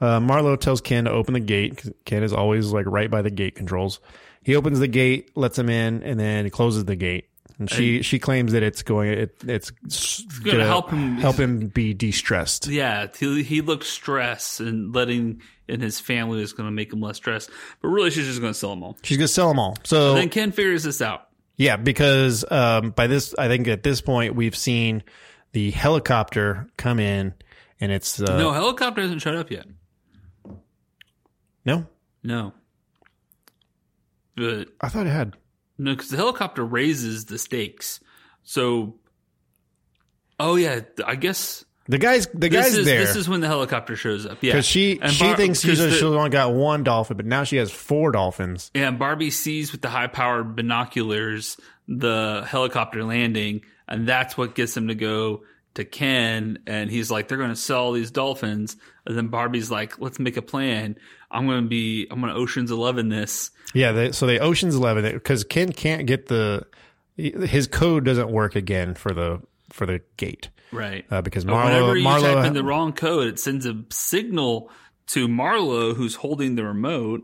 Speaker 2: uh, Marlo tells Ken to open the gate. 'cause Ken is always like right by the gate controls. He opens the gate, lets him in, and then he closes the gate. And she she claims that it's going it, it's,
Speaker 1: gonna help him-
Speaker 2: help him be de stressed.
Speaker 1: Yeah, he, he looked stressed, and letting in his family is going to make him less stressed. But really, she's just going to sell them all.
Speaker 2: She's gonna sell them all. So
Speaker 1: Then Ken figures this out.
Speaker 2: yeah, because um, by this, I think at this point we've seen the helicopter come in, and it's uh,
Speaker 1: no, helicopter hasn't showed up yet.
Speaker 2: no.
Speaker 1: No, but
Speaker 2: I thought it had.
Speaker 1: No, because the helicopter raises the stakes. So, oh yeah, I guess
Speaker 2: The guys, the
Speaker 1: this
Speaker 2: guys
Speaker 1: is
Speaker 2: there.
Speaker 1: this is when the helicopter shows up. Yeah,
Speaker 2: because she
Speaker 1: And
Speaker 2: she
Speaker 1: Bar-
Speaker 2: thinks she's
Speaker 1: 'cause
Speaker 2: she's
Speaker 1: the-
Speaker 2: only got one dolphin, but now she has four dolphins.
Speaker 1: yeah, and Barbie sees with the high powered binoculars the helicopter landing, and that's what gets him to go to Ken. And he's like, "They're going to sell these dolphins." And then Barbie's like, "Let's make a plan. I'm going to be I'm going to Ocean's Eleven this."
Speaker 2: Yeah, they, so they Ocean's Eleven because Ken can't get the his code doesn't work again for the for the gate
Speaker 1: Right.
Speaker 2: uh, because
Speaker 1: But whenever
Speaker 2: Marlo
Speaker 1: you
Speaker 2: Marlo
Speaker 1: type in the wrong code, it sends a signal to Marlo, who's holding the remote.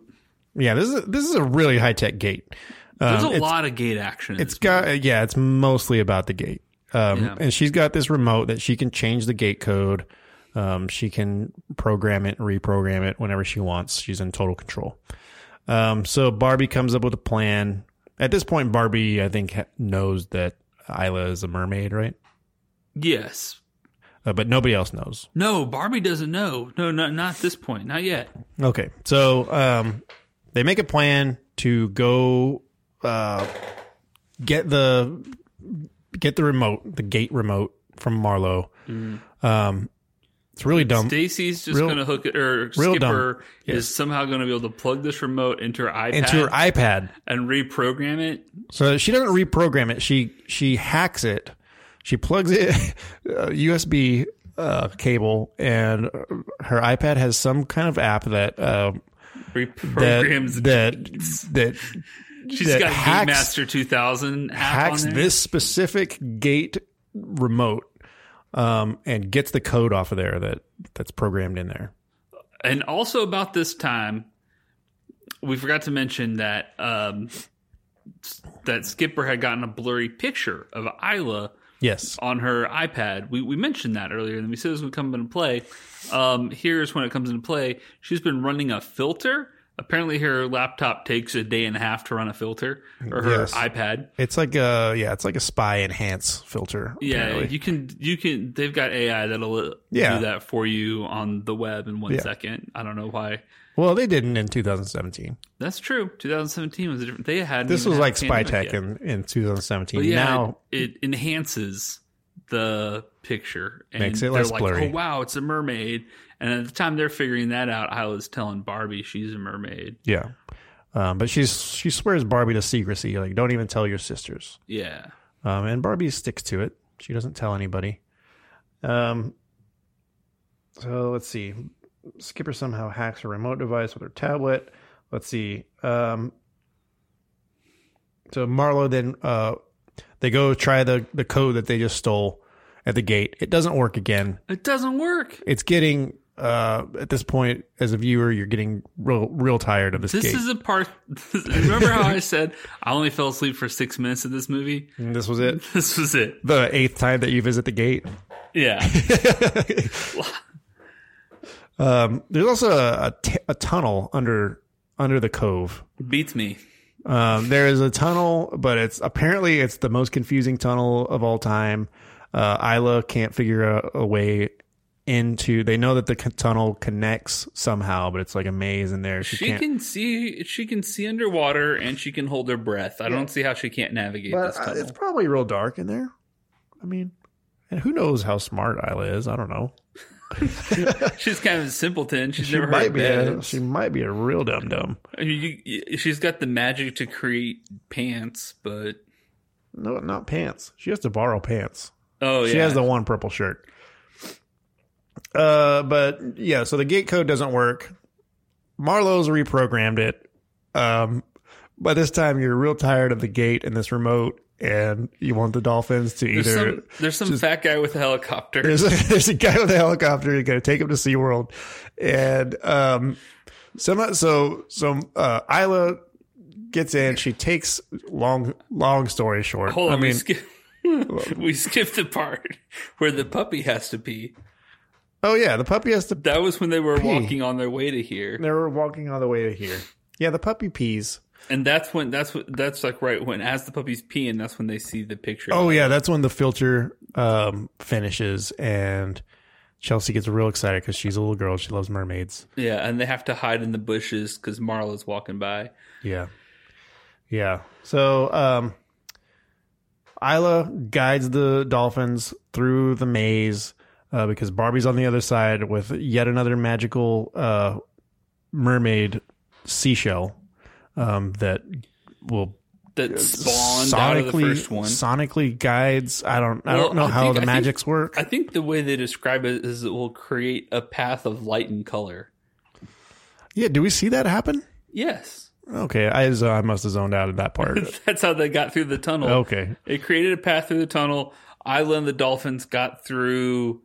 Speaker 2: yeah this is a, this is a really high tech gate.
Speaker 1: There's
Speaker 2: Um,
Speaker 1: a
Speaker 2: it's-
Speaker 1: lot of gate action. in
Speaker 2: It's
Speaker 1: this.
Speaker 2: got uh, yeah, it's mostly about the gate. Um,
Speaker 1: Yeah.
Speaker 2: and she's got this remote that she can change the gate code. Um, she can program it, reprogram it whenever she wants. She's in total control. Um, so Barbie comes up with a plan. At this point, Barbie, I think, ha- knows that Isla is a mermaid, right?
Speaker 1: yes.
Speaker 2: Uh, but nobody else knows.
Speaker 1: No, Barbie doesn't know. No, not not at this point. Not yet.
Speaker 2: Okay, so um, they make a plan to go uh, get the get the remote, the gate remote from Marlowe. Um, it's really dumb.
Speaker 1: Stacy's just
Speaker 2: Um, Real-
Speaker 1: going to hook it, or
Speaker 2: real
Speaker 1: Skipper
Speaker 2: Yes.
Speaker 1: is somehow going to be able to plug this remote into her iPad
Speaker 2: Into her iPad,
Speaker 1: and reprogram it.
Speaker 2: so she doesn't reprogram it. She she hacks it. She plugs it a USB uh, cable, and her iPad has some kind of app that uh, that
Speaker 1: Reprograms.
Speaker 2: that that
Speaker 1: She's
Speaker 2: that
Speaker 1: got
Speaker 2: hacks-
Speaker 1: Game Master 2000 app
Speaker 2: hacks
Speaker 1: on there.
Speaker 2: this specific gate remote um, and gets the code off of there that that's programmed in there.
Speaker 1: And also about this time, we forgot to mention that um, s- that Skipper had gotten a blurry picture of Isla
Speaker 2: Yes.
Speaker 1: on her iPad. We we mentioned that earlier, and we said this would come into play. Um, here's when it comes into play. She's been running a filter. Apparently, her laptop takes a day and a half to run a filter, or her
Speaker 2: Yes.
Speaker 1: iPad.
Speaker 2: It's like a yeah, it's like a spy enhance filter.
Speaker 1: Yeah,
Speaker 2: apparently.
Speaker 1: you can you can. They've got AI that'll uh,
Speaker 2: Yeah.
Speaker 1: do that for you on the web in one
Speaker 2: Yeah.
Speaker 1: second. I don't know why.
Speaker 2: well, they didn't in 2017.
Speaker 1: That's true. 2017 was a different. They had
Speaker 2: This was like spy tech in, in 2017.
Speaker 1: But yeah,
Speaker 2: now
Speaker 1: it, it enhances the picture and
Speaker 2: Makes it
Speaker 1: they're
Speaker 2: less
Speaker 1: like,
Speaker 2: blurry.
Speaker 1: Oh wow, it's a mermaid. And at the time they're figuring that out, Isla's telling Barbie she's a mermaid.
Speaker 2: yeah. Um, but she's she swears Barbie to secrecy, like don't even tell your sisters.
Speaker 1: Yeah.
Speaker 2: Um, and Barbie sticks to it. She doesn't tell anybody. Um, so let's see. Skipper somehow hacks her remote device with her tablet. Let's see. Um, so Marlo then uh, they go try the the code that they just stole at the gate. It doesn't work again.
Speaker 1: It doesn't work.
Speaker 2: It's getting uh, at this point as a viewer, you're getting real real tired of this,
Speaker 1: This
Speaker 2: gate.
Speaker 1: is a part. Remember how I said I only fell asleep for six minutes of this movie?
Speaker 2: And this was it.
Speaker 1: This was it.
Speaker 2: The eighth time that you visit the gate.
Speaker 1: Yeah.
Speaker 2: Um, there's also a, a, t- a tunnel under under the cove.
Speaker 1: Beats me.
Speaker 2: Um, there is a tunnel, but it's apparently it's the most confusing tunnel of all time. Uh, Isla can't figure a, a way into. They know that the c- tunnel connects somehow, but it's like a maze in there. She,
Speaker 1: She
Speaker 2: can't.
Speaker 1: can see. She can see underwater, and she can hold her breath. I don't see how she can't navigate
Speaker 2: but,
Speaker 1: this
Speaker 2: uh,
Speaker 1: tunnel.
Speaker 2: it's probably real dark in there. I mean, and who knows how smart Isla is? I don't know.
Speaker 1: She's kind of a simpleton. She's
Speaker 2: She
Speaker 1: never
Speaker 2: might
Speaker 1: heard
Speaker 2: be.
Speaker 1: that.
Speaker 2: A, she might be a real dum dum.
Speaker 1: I mean, you- you- she's got the magic to create pants, but
Speaker 2: No, not pants. She has to borrow pants.
Speaker 1: oh yeah,
Speaker 2: She has the one purple shirt. Uh, but yeah, so the gate code doesn't work. Marlowe's reprogrammed it. Um, by this time, you're real tired of the gate and this remote, and you want the dolphins to
Speaker 1: there's
Speaker 2: either.
Speaker 1: some there's some fat guy with a helicopter.
Speaker 2: There's a, there's a guy with a helicopter. You got to take him to SeaWorld, and um, some so so uh, Isla gets in. She takes long long story short.
Speaker 1: Hold on,
Speaker 2: I mean,
Speaker 1: we, skip, we skipped the part where the puppy has to pee.
Speaker 2: oh yeah, the puppy has to
Speaker 1: That was when they were walking on their way to here,
Speaker 2: They were walking all the way to here. Yeah, the puppy pees.
Speaker 1: and that's when that's what that's like right when as the puppy's peeing, that's when they see the picture.
Speaker 2: Oh yeah, that's when the filter um, finishes and Chelsea gets real excited because she's a little girl. She loves mermaids.
Speaker 1: yeah, and they have to hide in the bushes because Marla's walking by.
Speaker 2: Yeah, yeah. So um, Isla guides the dolphins through the maze uh, because Barbie's on the other side with yet another magical uh, mermaid seashell um, that will
Speaker 1: That spawned out of the first one.
Speaker 2: Sonically guides. I don't. I
Speaker 1: Well,
Speaker 2: don't know
Speaker 1: I
Speaker 2: how
Speaker 1: think-
Speaker 2: the
Speaker 1: I think-
Speaker 2: magics work.
Speaker 1: I think the way they describe it is it will create a path of light and color.
Speaker 2: yeah. Do we see that happen?
Speaker 1: Yes.
Speaker 2: Okay. I so I must have zoned out at that part.
Speaker 1: That's how they got through the tunnel.
Speaker 2: okay.
Speaker 1: It created a path through the tunnel. Isla and the Dolphins got through.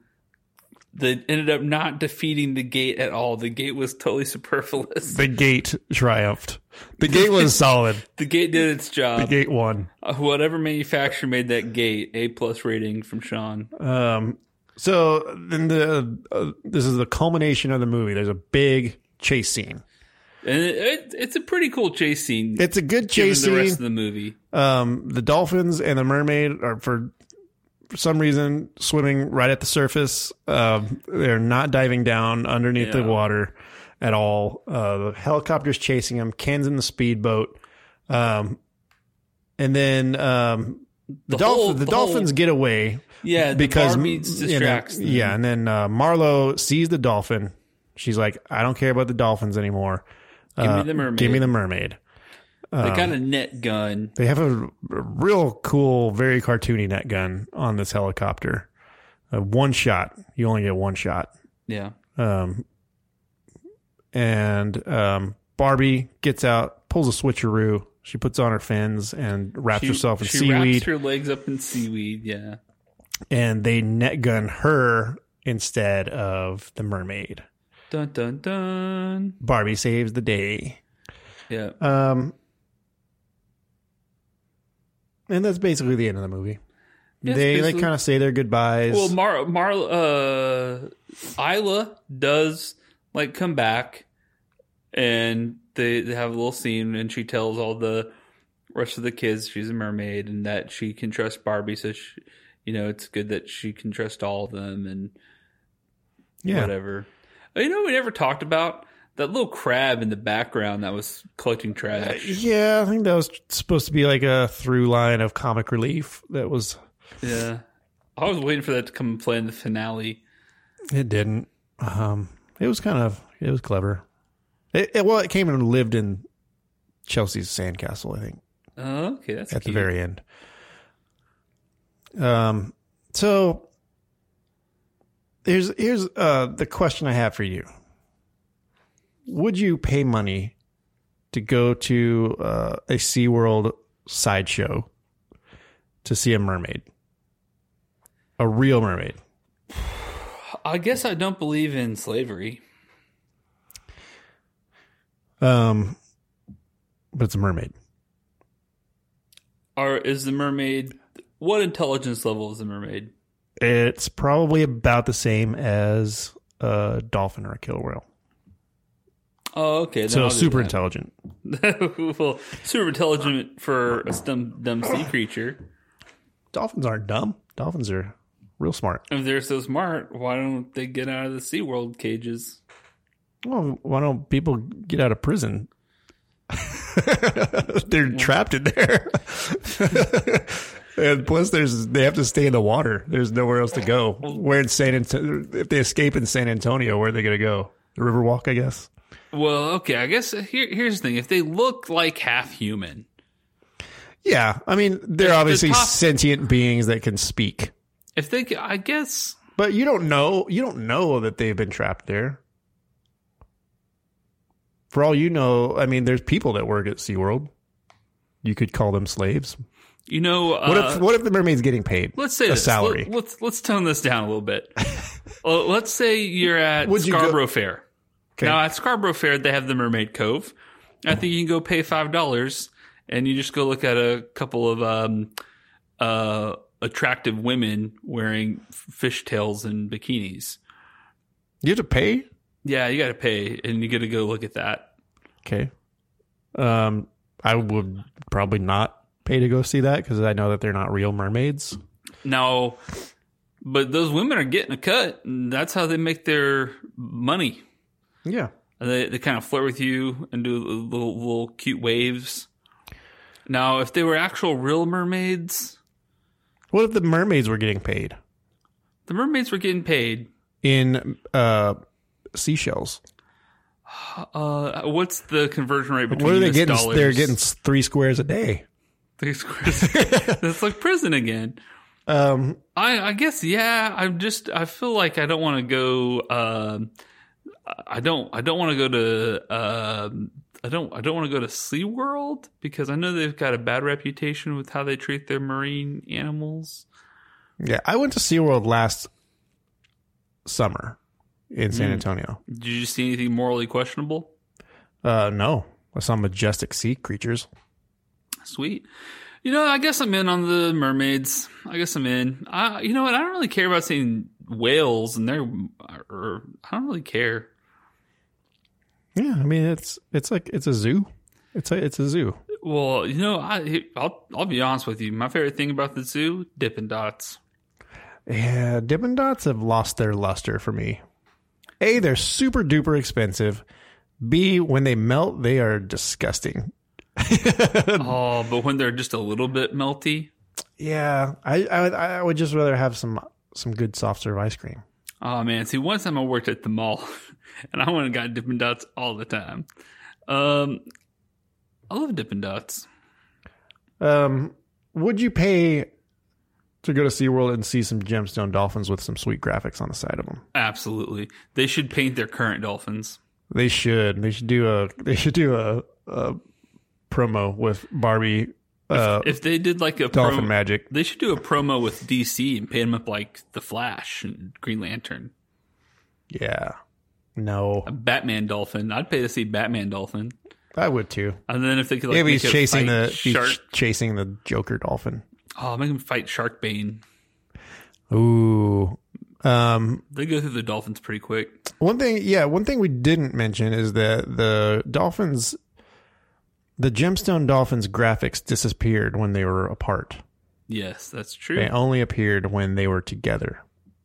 Speaker 1: They ended up not defeating the gate at all. The gate was totally superfluous.
Speaker 2: The gate triumphed. The gate was solid.
Speaker 1: The gate did its
Speaker 2: The
Speaker 1: job.
Speaker 2: gate won.
Speaker 1: Uh, Whatever manufacturer made that gate, A plus rating from Sean.
Speaker 2: Um. So then the uh, this is the culmination of the movie. There's a big chase scene.
Speaker 1: And it, it, it's a pretty cool chase scene.
Speaker 2: It's a
Speaker 1: given
Speaker 2: good chase
Speaker 1: the
Speaker 2: scene.
Speaker 1: rest of the movie.
Speaker 2: um, the dolphins and the mermaid are for for some reason swimming right at the surface. Um, they're not diving down underneath the
Speaker 1: Yeah.
Speaker 2: water at all. Uh, the helicopter's chasing them. Ken's in the speedboat, um, and then um, the,
Speaker 1: The whole-
Speaker 2: dolphin, the,
Speaker 1: the whole-
Speaker 2: dolphins get away
Speaker 1: Yeah,
Speaker 2: because
Speaker 1: the Barbies
Speaker 2: you know,
Speaker 1: distracts. them.
Speaker 2: yeah, and then uh, Marlo sees the dolphin. She's like, "I don't care about the dolphins anymore.
Speaker 1: Give
Speaker 2: Uh,
Speaker 1: me the mermaid.
Speaker 2: Give me the mermaid."
Speaker 1: they got a net gun.
Speaker 2: They have a, a real cool, very cartoony net gun on this helicopter. Uh, one shot. You only get one shot.
Speaker 1: Yeah.
Speaker 2: Um, and um, Barbie gets out, pulls a switcheroo. She puts on her fins and wraps herself in
Speaker 1: she
Speaker 2: seaweed.
Speaker 1: wraps her legs up in seaweed. Yeah.
Speaker 2: and they net gun her instead of the mermaid.
Speaker 1: Dun dun dun.
Speaker 2: Barbie saves the day.
Speaker 1: Yeah.
Speaker 2: Um, and that's basically the end of the movie.
Speaker 1: Yeah, it's
Speaker 2: they like
Speaker 1: basically-
Speaker 2: kind of say their goodbyes.
Speaker 1: Well, Mar Mar uh, Isla does like come back, and they they have a little scene, and she tells all the rest of the kids she's a mermaid and that she can trust Barbie. So she, you know, it's good that she can trust all of them and
Speaker 2: yeah.
Speaker 1: whatever. You know, we never talked about that little crab in the background that was collecting trash.
Speaker 2: Uh, Yeah, I think that was supposed to be like a through line of comic relief. That was
Speaker 1: Yeah. I was waiting for that to come and play in the finale.
Speaker 2: it didn't. Um, it was kind of it was clever. It, it well, it came and lived in Chelsea's sandcastle, I think,
Speaker 1: Oh, okay, that's
Speaker 2: at the
Speaker 1: cute.
Speaker 2: very end. Um, so here's here's uh the question I have for you. Would you pay money to go to uh, a SeaWorld sideshow to see a mermaid? A real mermaid.
Speaker 1: I guess I don't believe in slavery.
Speaker 2: Um, but it's a mermaid.
Speaker 1: Or is the mermaid? What intelligence level is the mermaid?
Speaker 2: It's probably about the same as a dolphin or a killer whale.
Speaker 1: Oh, okay. then
Speaker 2: So
Speaker 1: I'll do
Speaker 2: super
Speaker 1: that.
Speaker 2: intelligent.
Speaker 1: well, super intelligent for a dumb, dumb sea creature.
Speaker 2: Dolphins aren't dumb. Dolphins are real smart.
Speaker 1: If they're so smart, why don't they get out of the Sea World cages?
Speaker 2: Well, why don't people get out of prison? They're trapped in there. and plus, there's they have to stay in the water. There's nowhere else to go. Where in San Antonio, if they escape in San Antonio, where are they going to go? The Riverwalk, I guess.
Speaker 1: Well, okay. I guess uh, here, here's the thing: if they look like half human,
Speaker 2: Yeah, I mean, they're obviously
Speaker 1: pos-
Speaker 2: sentient beings that can speak.
Speaker 1: if they, ca- I guess,
Speaker 2: But you don't know. You don't know that they've been trapped there. For all you know, I mean, there's people that work at SeaWorld. You could call them slaves.
Speaker 1: you know, uh,
Speaker 2: What if What if the mermaid's getting paid?
Speaker 1: let's say
Speaker 2: a
Speaker 1: this.
Speaker 2: salary.
Speaker 1: Let, us let's tone this down a little bit. Well, let's say you're at
Speaker 2: Would you go-
Speaker 1: Scarborough Fair.
Speaker 2: Okay.
Speaker 1: Now at Scarborough Fair, they have the Mermaid Cove. I think you can go pay five dollars and you just go look at a couple of um, uh, attractive women wearing fishtails and bikinis.
Speaker 2: you have to pay.
Speaker 1: Yeah, you got to pay, and you got to go look at that.
Speaker 2: Okay. Um, I would probably not pay to go see that because I know that they're not real mermaids.
Speaker 1: Now, but those women are getting a cut. And that's how they make their money.
Speaker 2: Yeah.
Speaker 1: They they kind of flirt with you and do little little cute waves. Now, if they were actual real mermaids,
Speaker 2: What if the mermaids were getting paid
Speaker 1: the mermaids were getting paid.
Speaker 2: in uh, seashells?
Speaker 1: Uh, what's the conversion rate between
Speaker 2: What are they
Speaker 1: US
Speaker 2: getting?
Speaker 1: dollars?
Speaker 2: They're getting three squares a day.
Speaker 1: Three squares. That's like prison again.
Speaker 2: Um,
Speaker 1: I, I guess yeah. I'm just. I feel like I don't want to go. Um, I don't. I don't want to go to. Um, I don't. I don't want to go to SeaWorld because I know they've got a bad reputation with how they treat their marine animals.
Speaker 2: Yeah, I went to SeaWorld last summer in San
Speaker 1: Mm.
Speaker 2: Antonio.
Speaker 1: Did you see anything morally questionable?
Speaker 2: Uh, no, I saw majestic sea creatures.
Speaker 1: Sweet. You know, I guess I'm in on the mermaids. I guess I'm in. I, you know what? I don't really care about seeing whales, and they're. Or, I don't really care.
Speaker 2: Yeah, I mean it's it's like it's a zoo. It's a it's a zoo.
Speaker 1: Well, you know, I I'll I'll be honest with you. My favorite thing about the zoo, Dippin' Dots.
Speaker 2: Yeah, Dippin' Dots have lost their luster for me. A, they're super duper expensive. B, when they melt, they are disgusting.
Speaker 1: Oh, but when they're just a little bit melty,
Speaker 2: Yeah, I I, would- I would just rather have some some good soft serve ice cream.
Speaker 1: oh man. See, one time I worked at the mall, and I went and got Dippin' Dots all the time. Um, I love Dippin' Dots.
Speaker 2: Um, would you pay to go to SeaWorld and see some gemstone dolphins with some sweet graphics on the side of them?
Speaker 1: Absolutely, they should paint their current dolphins.
Speaker 2: They should. They should do a. They should do a, a promo with Barbie uh,
Speaker 1: If they did like a
Speaker 2: Dolphin
Speaker 1: prom-
Speaker 2: Magic.
Speaker 1: They should do a promo with DC and paint him up like the Flash and Green Lantern,
Speaker 2: Yeah. No,
Speaker 1: a Batman Dolphin. I'd pay to see Batman Dolphin.
Speaker 2: I would too.
Speaker 1: And then if they could like
Speaker 2: Maybe
Speaker 1: make
Speaker 2: he's
Speaker 1: him
Speaker 2: chasing
Speaker 1: fight
Speaker 2: the he's
Speaker 1: shark,
Speaker 2: chasing the Joker dolphin.
Speaker 1: oh, make him fight Sharkbane.
Speaker 2: Ooh. Um.
Speaker 1: They go through the dolphins pretty quick.
Speaker 2: One thing. Yeah. One thing we didn't mention is that the dolphins, the gemstone dolphins graphics disappeared when they were apart.
Speaker 1: Yes, that's true.
Speaker 2: They only appeared when they were together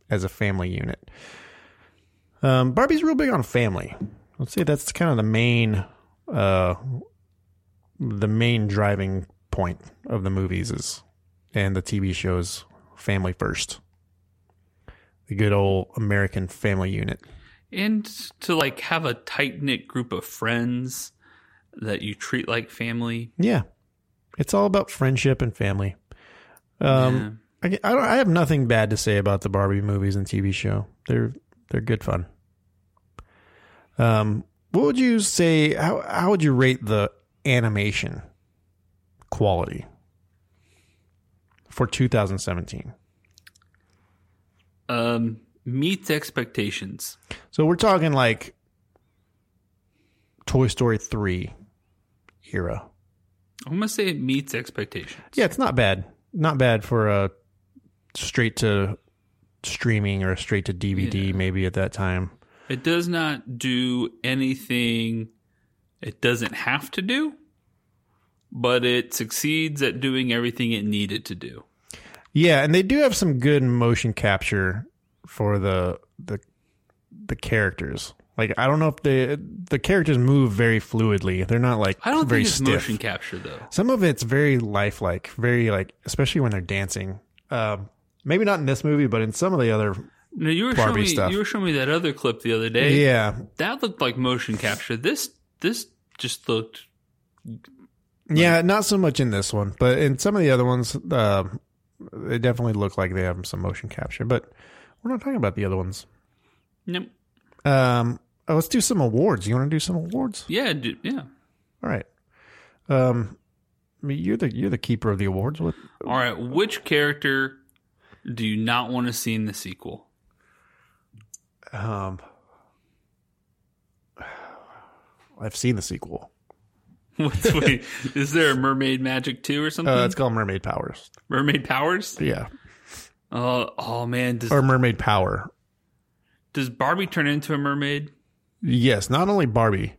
Speaker 2: as a family unit. Um, Barbie's real big on family. Let's see. That's kind of the main, uh, the main driving point of the movies is, and the TV shows, family first. The good old American family unit.
Speaker 1: And to like have a tight knit group of friends that you treat like family.
Speaker 2: Yeah. It's all about friendship and family. Um, I, I don't. I have nothing bad to say about the Barbie movies and TV show. They're they're good fun. Um, what would you say? How how would you rate the animation quality for 2017?
Speaker 1: Yeah. Um, meets expectations.
Speaker 2: So we're talking like Toy Story three era.
Speaker 1: I'm gonna say it meets expectations.
Speaker 2: Yeah, it's not bad. Not bad for a straight to streaming or a straight to DVD,
Speaker 1: Yeah.
Speaker 2: maybe at that time.
Speaker 1: It does not do anything it doesn't have to do, but it succeeds at doing everything it needed to do.
Speaker 2: Yeah, and they do have some good motion capture for the the the characters. Like I don't know if the the characters move very fluidly. They're not like
Speaker 1: I don't
Speaker 2: very
Speaker 1: think it's
Speaker 2: stiff.
Speaker 1: motion capture though.
Speaker 2: Some of it's very lifelike, very like especially when they're dancing. Um, maybe not in this movie, but in some of the other.
Speaker 1: No, you were
Speaker 2: Barbie
Speaker 1: showing me
Speaker 2: stuff.
Speaker 1: you were showing me that other clip the other day.
Speaker 2: Yeah,
Speaker 1: That looked like motion capture. This this just looked
Speaker 2: yeah, not so much in this one, but in some of the other ones, uh, they definitely look like they have some motion capture. But we're not talking about the other ones.
Speaker 1: no,
Speaker 2: Um, oh, let's do some awards. You want to do some awards?
Speaker 1: yeah, d- yeah.
Speaker 2: All right. Um, I mean, you're the you're the keeper of the awards. What?
Speaker 1: All right, which character do you not want to see in the sequel?
Speaker 2: Um, I've seen the sequel. Uh,
Speaker 1: What's- Wait, is there a Mermaid Magic 2 or something?
Speaker 2: Uh, it's called Mermaid Powers.
Speaker 1: Mermaid Powers?
Speaker 2: Yeah,
Speaker 1: Oh, oh man, does,
Speaker 2: or Mermaid Power.
Speaker 1: does Barbie turn into a mermaid?
Speaker 2: Yes, not only Barbie.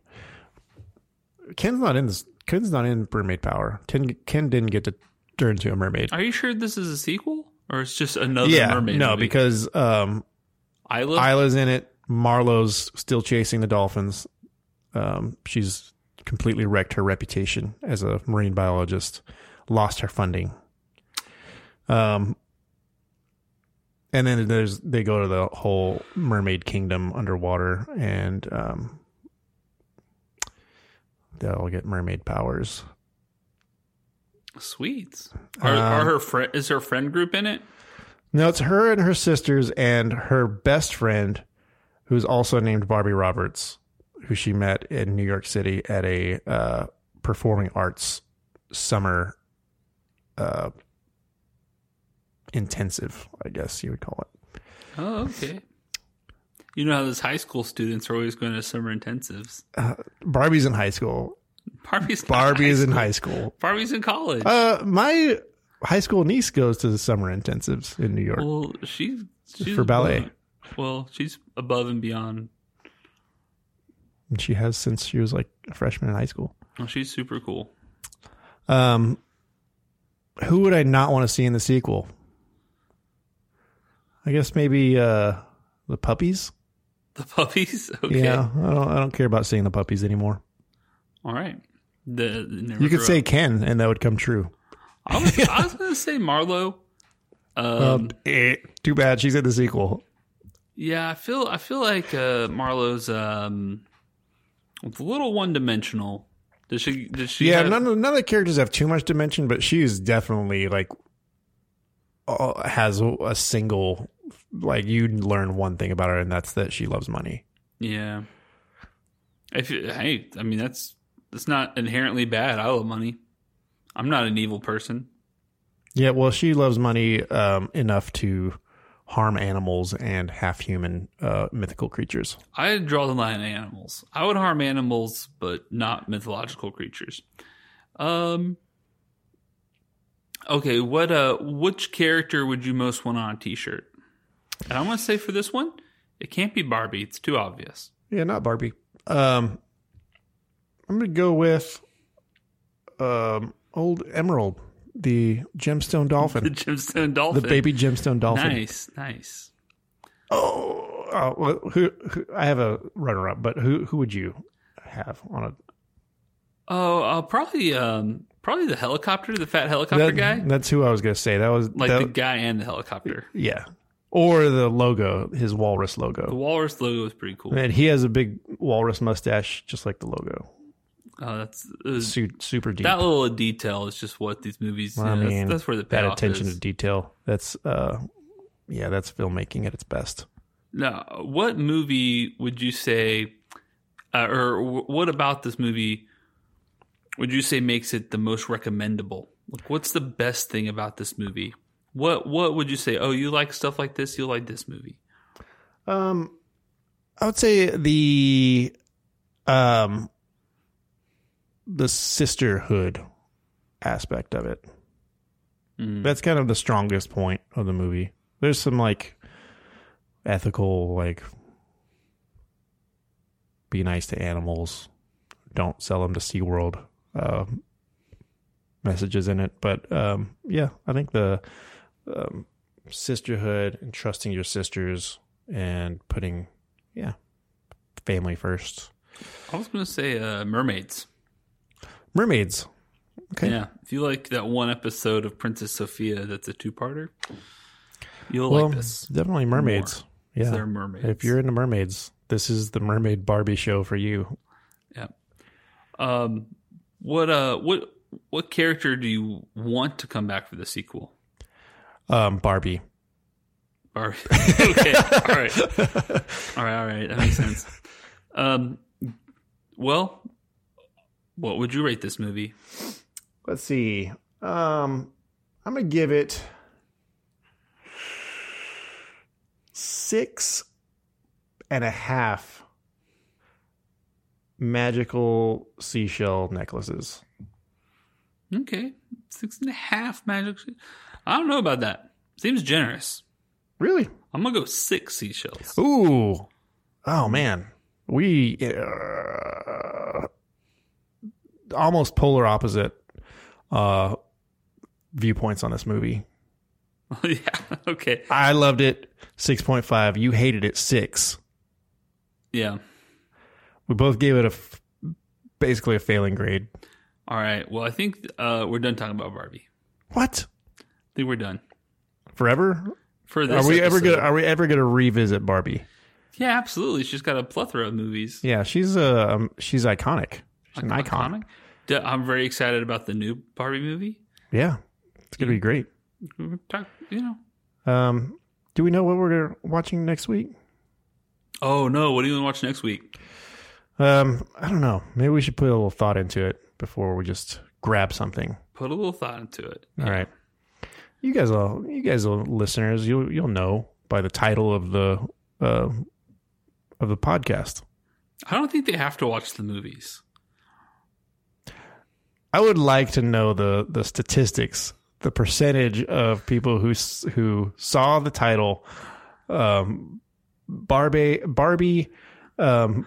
Speaker 2: Ken's not in this. Ken's not in Mermaid Power. Ken, Ken didn't get to turn into a mermaid.
Speaker 1: Are you sure this is a sequel or it's just another
Speaker 2: yeah,
Speaker 1: mermaid?
Speaker 2: no,
Speaker 1: movie?
Speaker 2: because um,
Speaker 1: Isla.
Speaker 2: Isla's in it. Marlowe's still chasing the dolphins. Um, she's completely wrecked her reputation as a marine biologist, lost her funding. Um, and then there's they go to the whole mermaid kingdom underwater, and um, they'll get mermaid powers.
Speaker 1: Sweets. Are, are
Speaker 2: Um,
Speaker 1: her friend? Is her friend group in it?
Speaker 2: No, it's her and her sisters and her best friend, who's also named Barbie Roberts, who she met in New York City at a uh, performing arts summer uh, intensive, I guess you would call it.
Speaker 1: Oh, okay. You know how those high school students are always going to summer intensives.
Speaker 2: Barbie's in high school.
Speaker 1: Barbie's not
Speaker 2: Barbie is in
Speaker 1: school.
Speaker 2: high school.
Speaker 1: Barbie's in college.
Speaker 2: Uh, my high school niece goes to the summer intensives in New York.
Speaker 1: well, she's, she's
Speaker 2: For ballet.
Speaker 1: above- well, she's above and beyond.
Speaker 2: and she has since she was like a freshman in high school.
Speaker 1: Well, she's super cool.
Speaker 2: Um, who would I not want to see in the sequel? I guess maybe uh, the puppies.
Speaker 1: The puppies. Okay.
Speaker 2: Yeah, I don't. I don't care about seeing the puppies anymore.
Speaker 1: All right. The, never
Speaker 2: You could
Speaker 1: grew
Speaker 2: say
Speaker 1: up.
Speaker 2: Ken, and that would come true.
Speaker 1: I was, I was going to say Marlo. Um,
Speaker 2: Um, eh, too bad she's in the sequel.
Speaker 1: Yeah, I feel I feel like uh, Marlo's um, it's a little one dimensional. Does she? Does she?
Speaker 2: Yeah,
Speaker 1: have-
Speaker 2: none of, none of the characters have too much dimension, but she is definitely like uh, has a, a single. Like you learn one thing about her, and that's that she loves money.
Speaker 1: yeah. If you- hey, I mean that's that's not inherently bad. I love money. I'm not an evil person.
Speaker 2: Yeah, well, she loves money um, enough to harm animals and half human uh, mythical creatures.
Speaker 1: I draw the line at animals. I would harm animals, but not mythological creatures. Um. Okay, what uh, which character would you most want on a T-shirt? And I'm gonna say for this one, it can't be Barbie. It's too obvious.
Speaker 2: Yeah, not Barbie. Um, I'm going to go with um, old Emerald, the gemstone
Speaker 1: the
Speaker 2: dolphin,
Speaker 1: gemstone
Speaker 2: the
Speaker 1: dolphin.
Speaker 2: baby gemstone dolphin.
Speaker 1: Nice, nice.
Speaker 2: Oh, oh, well, who, who? I have a runner-up, but who who would you have on a
Speaker 1: Oh, uh, probably, um, probably the helicopter, the fat helicopter
Speaker 2: that-
Speaker 1: guy,
Speaker 2: That's who I was going to say. That was
Speaker 1: like
Speaker 2: that-
Speaker 1: the guy and the helicopter.
Speaker 2: yeah, or the logo, his walrus logo.
Speaker 1: The walrus logo is pretty cool.
Speaker 2: And he has a big walrus mustache, just like the logo.
Speaker 1: Uh, that's uh,
Speaker 2: Su- super deep.
Speaker 1: that little detail is just what these movies.
Speaker 2: Well,
Speaker 1: you
Speaker 2: I
Speaker 1: know,
Speaker 2: mean,
Speaker 1: that's, that's where the
Speaker 2: that
Speaker 1: payoff
Speaker 2: attention
Speaker 1: is.
Speaker 2: to detail. That's uh, yeah, that's filmmaking at its best.
Speaker 1: Now, what movie would you say, uh, or wh- what about this movie would you say makes it the most recommendable? Like, what's the best thing about this movie? What What would you say? Oh, you like stuff like this. You like this movie.
Speaker 2: Um, I would say the um the sisterhood aspect of it.
Speaker 1: Mm.
Speaker 2: Mm-hmm. That's kind of the strongest point of the movie. There's some like ethical like be nice to animals, don't sell them to SeaWorld uh, messages in it, but um yeah, I think the um, sisterhood and trusting your sisters and putting yeah, family first.
Speaker 1: I was going to say uh, mermaids.
Speaker 2: Mermaids. Okay.
Speaker 1: Yeah, if you like that one episode of Princess Sophia, that's a two parter. You'll
Speaker 2: well,
Speaker 1: like this.
Speaker 2: definitely mermaids. Yeah.
Speaker 1: They're mermaids.
Speaker 2: If you're into mermaids, this is the mermaid Barbie show for you.
Speaker 1: um, what uh, what what character do you want to come back for the sequel?
Speaker 2: Um, Barbie.
Speaker 1: All right. okay. All right. All right. All right. That makes sense. Um, well, what would you rate this movie?
Speaker 2: Let's see. Um, I'm gonna give it six and a half magical seashell necklaces.
Speaker 1: Okay, six and a half magic. se- I don't know about that. Seems generous.
Speaker 2: Really?
Speaker 1: I'm gonna go six seashells.
Speaker 2: Ooh. Oh man, we uh, almost polar opposite uh, viewpoints on this movie.
Speaker 1: yeah. Okay.
Speaker 2: I loved it. Six point five. You hated it. Six.
Speaker 1: Yeah.
Speaker 2: We both gave it a f- basically a failing grade.
Speaker 1: All right. Well, I think uh, we're done talking about Barbie.
Speaker 2: What?
Speaker 1: I think we're done
Speaker 2: Forever?
Speaker 1: for this.
Speaker 2: Are we ever
Speaker 1: episode.
Speaker 2: gonna Are we ever gonna revisit Barbie?
Speaker 1: Yeah, absolutely. She's got a plethora of movies.
Speaker 2: Yeah, she's uh, um, she's iconic. She's an icon.
Speaker 1: Iconic. D- I'm very excited about the new Barbie movie.
Speaker 2: Yeah, it's gonna be great.
Speaker 1: We're talk- You know.
Speaker 2: Um, do we know what we're gonna- watching next week?
Speaker 1: Oh no! What are you gonna watch next week?
Speaker 2: Um, I don't know. Maybe we should put a little thought into it before we just grab something.
Speaker 1: put a little thought into it.
Speaker 2: All right. You guys all you guys all listeners, you'll you'll know by the title of the uh, of the podcast.
Speaker 1: I don't think they have to watch the movies.
Speaker 2: I would like to know the the statistics, the percentage of people who s- who saw the title um Barbie Barbie um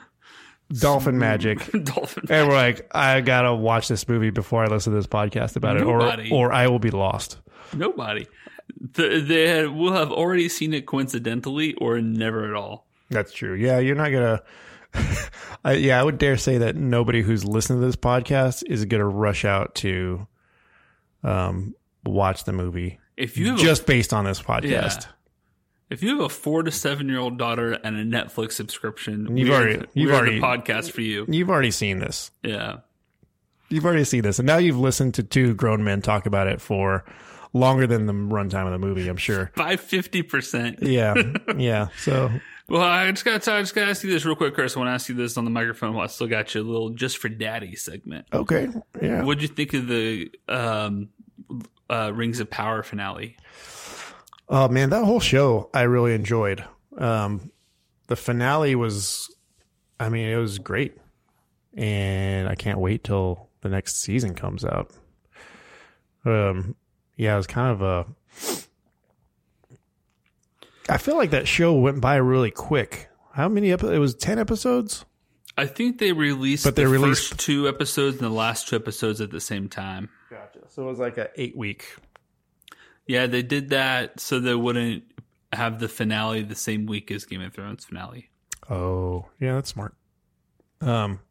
Speaker 2: Dolphin Magic
Speaker 1: Dolphin.
Speaker 2: and we're like I got to watch this movie before I listen to this podcast about
Speaker 1: Nobody.
Speaker 2: it or or I will be lost.
Speaker 1: Nobody. The, they will have already seen it coincidentally or never at all.
Speaker 2: That's true. Yeah, you're not gonna. I, yeah, I would dare say that nobody who's listening to this podcast is gonna rush out to, um, watch the movie
Speaker 1: If you have
Speaker 2: just based on this podcast.
Speaker 1: a, if you have a four to seven year old daughter and a Netflix subscription,
Speaker 2: You've
Speaker 1: we're
Speaker 2: already-
Speaker 1: the-
Speaker 2: you've
Speaker 1: we're
Speaker 2: already-
Speaker 1: the podcast for you.
Speaker 2: You've already seen this.
Speaker 1: Yeah,
Speaker 2: You've already seen this, and now you've listened to two grown men talk about it for longer than the runtime of the movie. I'm sure.
Speaker 1: by fifty percent.
Speaker 2: Yeah, yeah. So
Speaker 1: Well, I just got I just got to ask you this real quick, Chris. I want to ask you this on the microphone. while I still got you a little just for daddy segment.
Speaker 2: okay, yeah.
Speaker 1: What'd you think of the um, uh, Rings of Power finale?
Speaker 2: Oh man, that whole show I really enjoyed. Um, the finale was, I mean, it was great, and I can't wait till the next season comes out. Um, yeah, it was kind of a. I feel like that show went by really quick. How many episodes? It was ten episodes.
Speaker 1: I think they released
Speaker 2: But they
Speaker 1: the
Speaker 2: released-
Speaker 1: first two episodes and the last two episodes at the same time.
Speaker 2: Gotcha. So it was like an eight week.
Speaker 1: Yeah, they did that so they wouldn't have the finale the same week as Game of Thrones finale.
Speaker 2: Oh, yeah, that's smart. Um,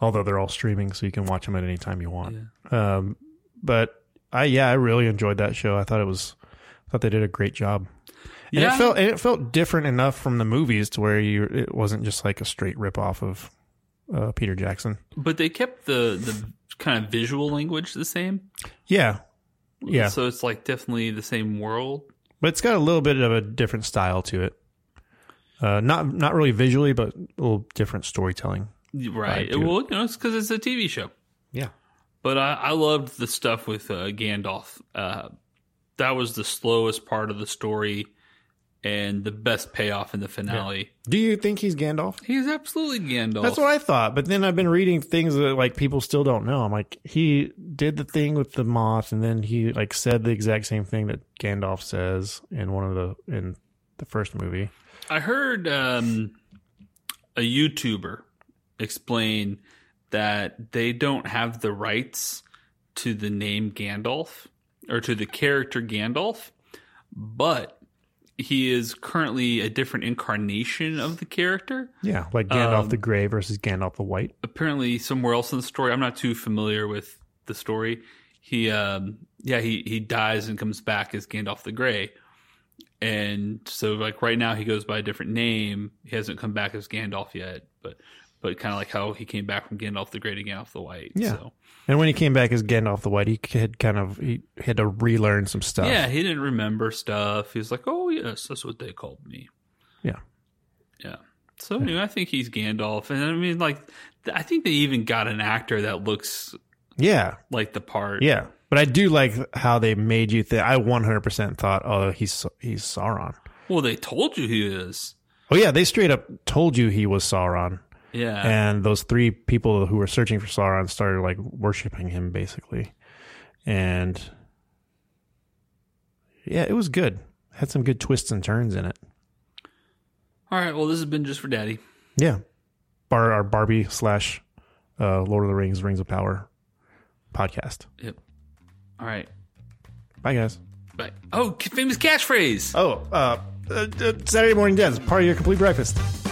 Speaker 2: although they're all streaming, so you can watch them at any time you want. Um, but I, yeah, I really enjoyed that show. I thought it was, I thought they did a great job. And
Speaker 1: Yeah.
Speaker 2: it felt, and it felt different enough from the movies to where you, it wasn't just like a straight rip off of uh, Peter Jackson.
Speaker 1: But they kept the the kind of visual language the same.
Speaker 2: Yeah, yeah,
Speaker 1: So it's like definitely the same world.
Speaker 2: but it's got a little bit of a different style to it. Uh, not not really visually, but a little different storytelling.
Speaker 1: Right.
Speaker 2: dude.
Speaker 1: well, you know, it's because it's a TV show.
Speaker 2: Yeah,
Speaker 1: But I, I loved the stuff with uh, Gandalf. Uh, that was the slowest part of the story and the best payoff in the finale.
Speaker 2: do you think he's Gandalf?
Speaker 1: He's absolutely Gandalf.
Speaker 2: That's what I thought, but then I've been reading things that like people still don't know. I'm like, he did the thing with the moth, and then he like said the exact same thing that Gandalf says in one of the in the first movie.
Speaker 1: I heard um, a YouTuber explain that they don't have the rights to the name Gandalf or to the character Gandalf, but he is currently a different incarnation of the character.
Speaker 2: Yeah, like Gandalf the Grey versus Gandalf the White.
Speaker 1: Apparently, somewhere else in the story, I'm not too familiar with the story. He, um, yeah, he he dies and comes back as Gandalf the Grey. and so like right now he goes by a different name. He hasn't come back as Gandalf yet, but but kind of like how he came back from Gandalf the Great to Gandalf the White.
Speaker 2: Yeah.
Speaker 1: So
Speaker 2: And when he came back as Gandalf the White, he had kind of he had to relearn some stuff.
Speaker 1: yeah, he didn't remember stuff. He was like, oh yes, that's what they called me.
Speaker 2: Yeah.
Speaker 1: yeah. So anyway, I think he's Gandalf, and I mean like th- I think they even got an actor that looks
Speaker 2: yeah,
Speaker 1: like the part.
Speaker 2: yeah. But I do like how they made you think. I 100% thought, oh, he's he's Sauron.
Speaker 1: Well, they told you he is.
Speaker 2: Oh yeah, they straight up told you he was Sauron.
Speaker 1: Yeah.
Speaker 2: and those three people who were searching for Sauron started like worshiping him basically, and yeah, it was good. Had some good twists and turns in it.
Speaker 1: All right. Well, this has been just for Daddy.
Speaker 2: Yeah, Bar our Barbie slash uh, Lord of the Rings Rings of Power podcast.
Speaker 1: Yep. All right.
Speaker 2: Bye guys.
Speaker 1: Bye. Oh, famous catchphrase.
Speaker 2: uh, Oh, uh, uh, Saturday morning dance part of your complete breakfast.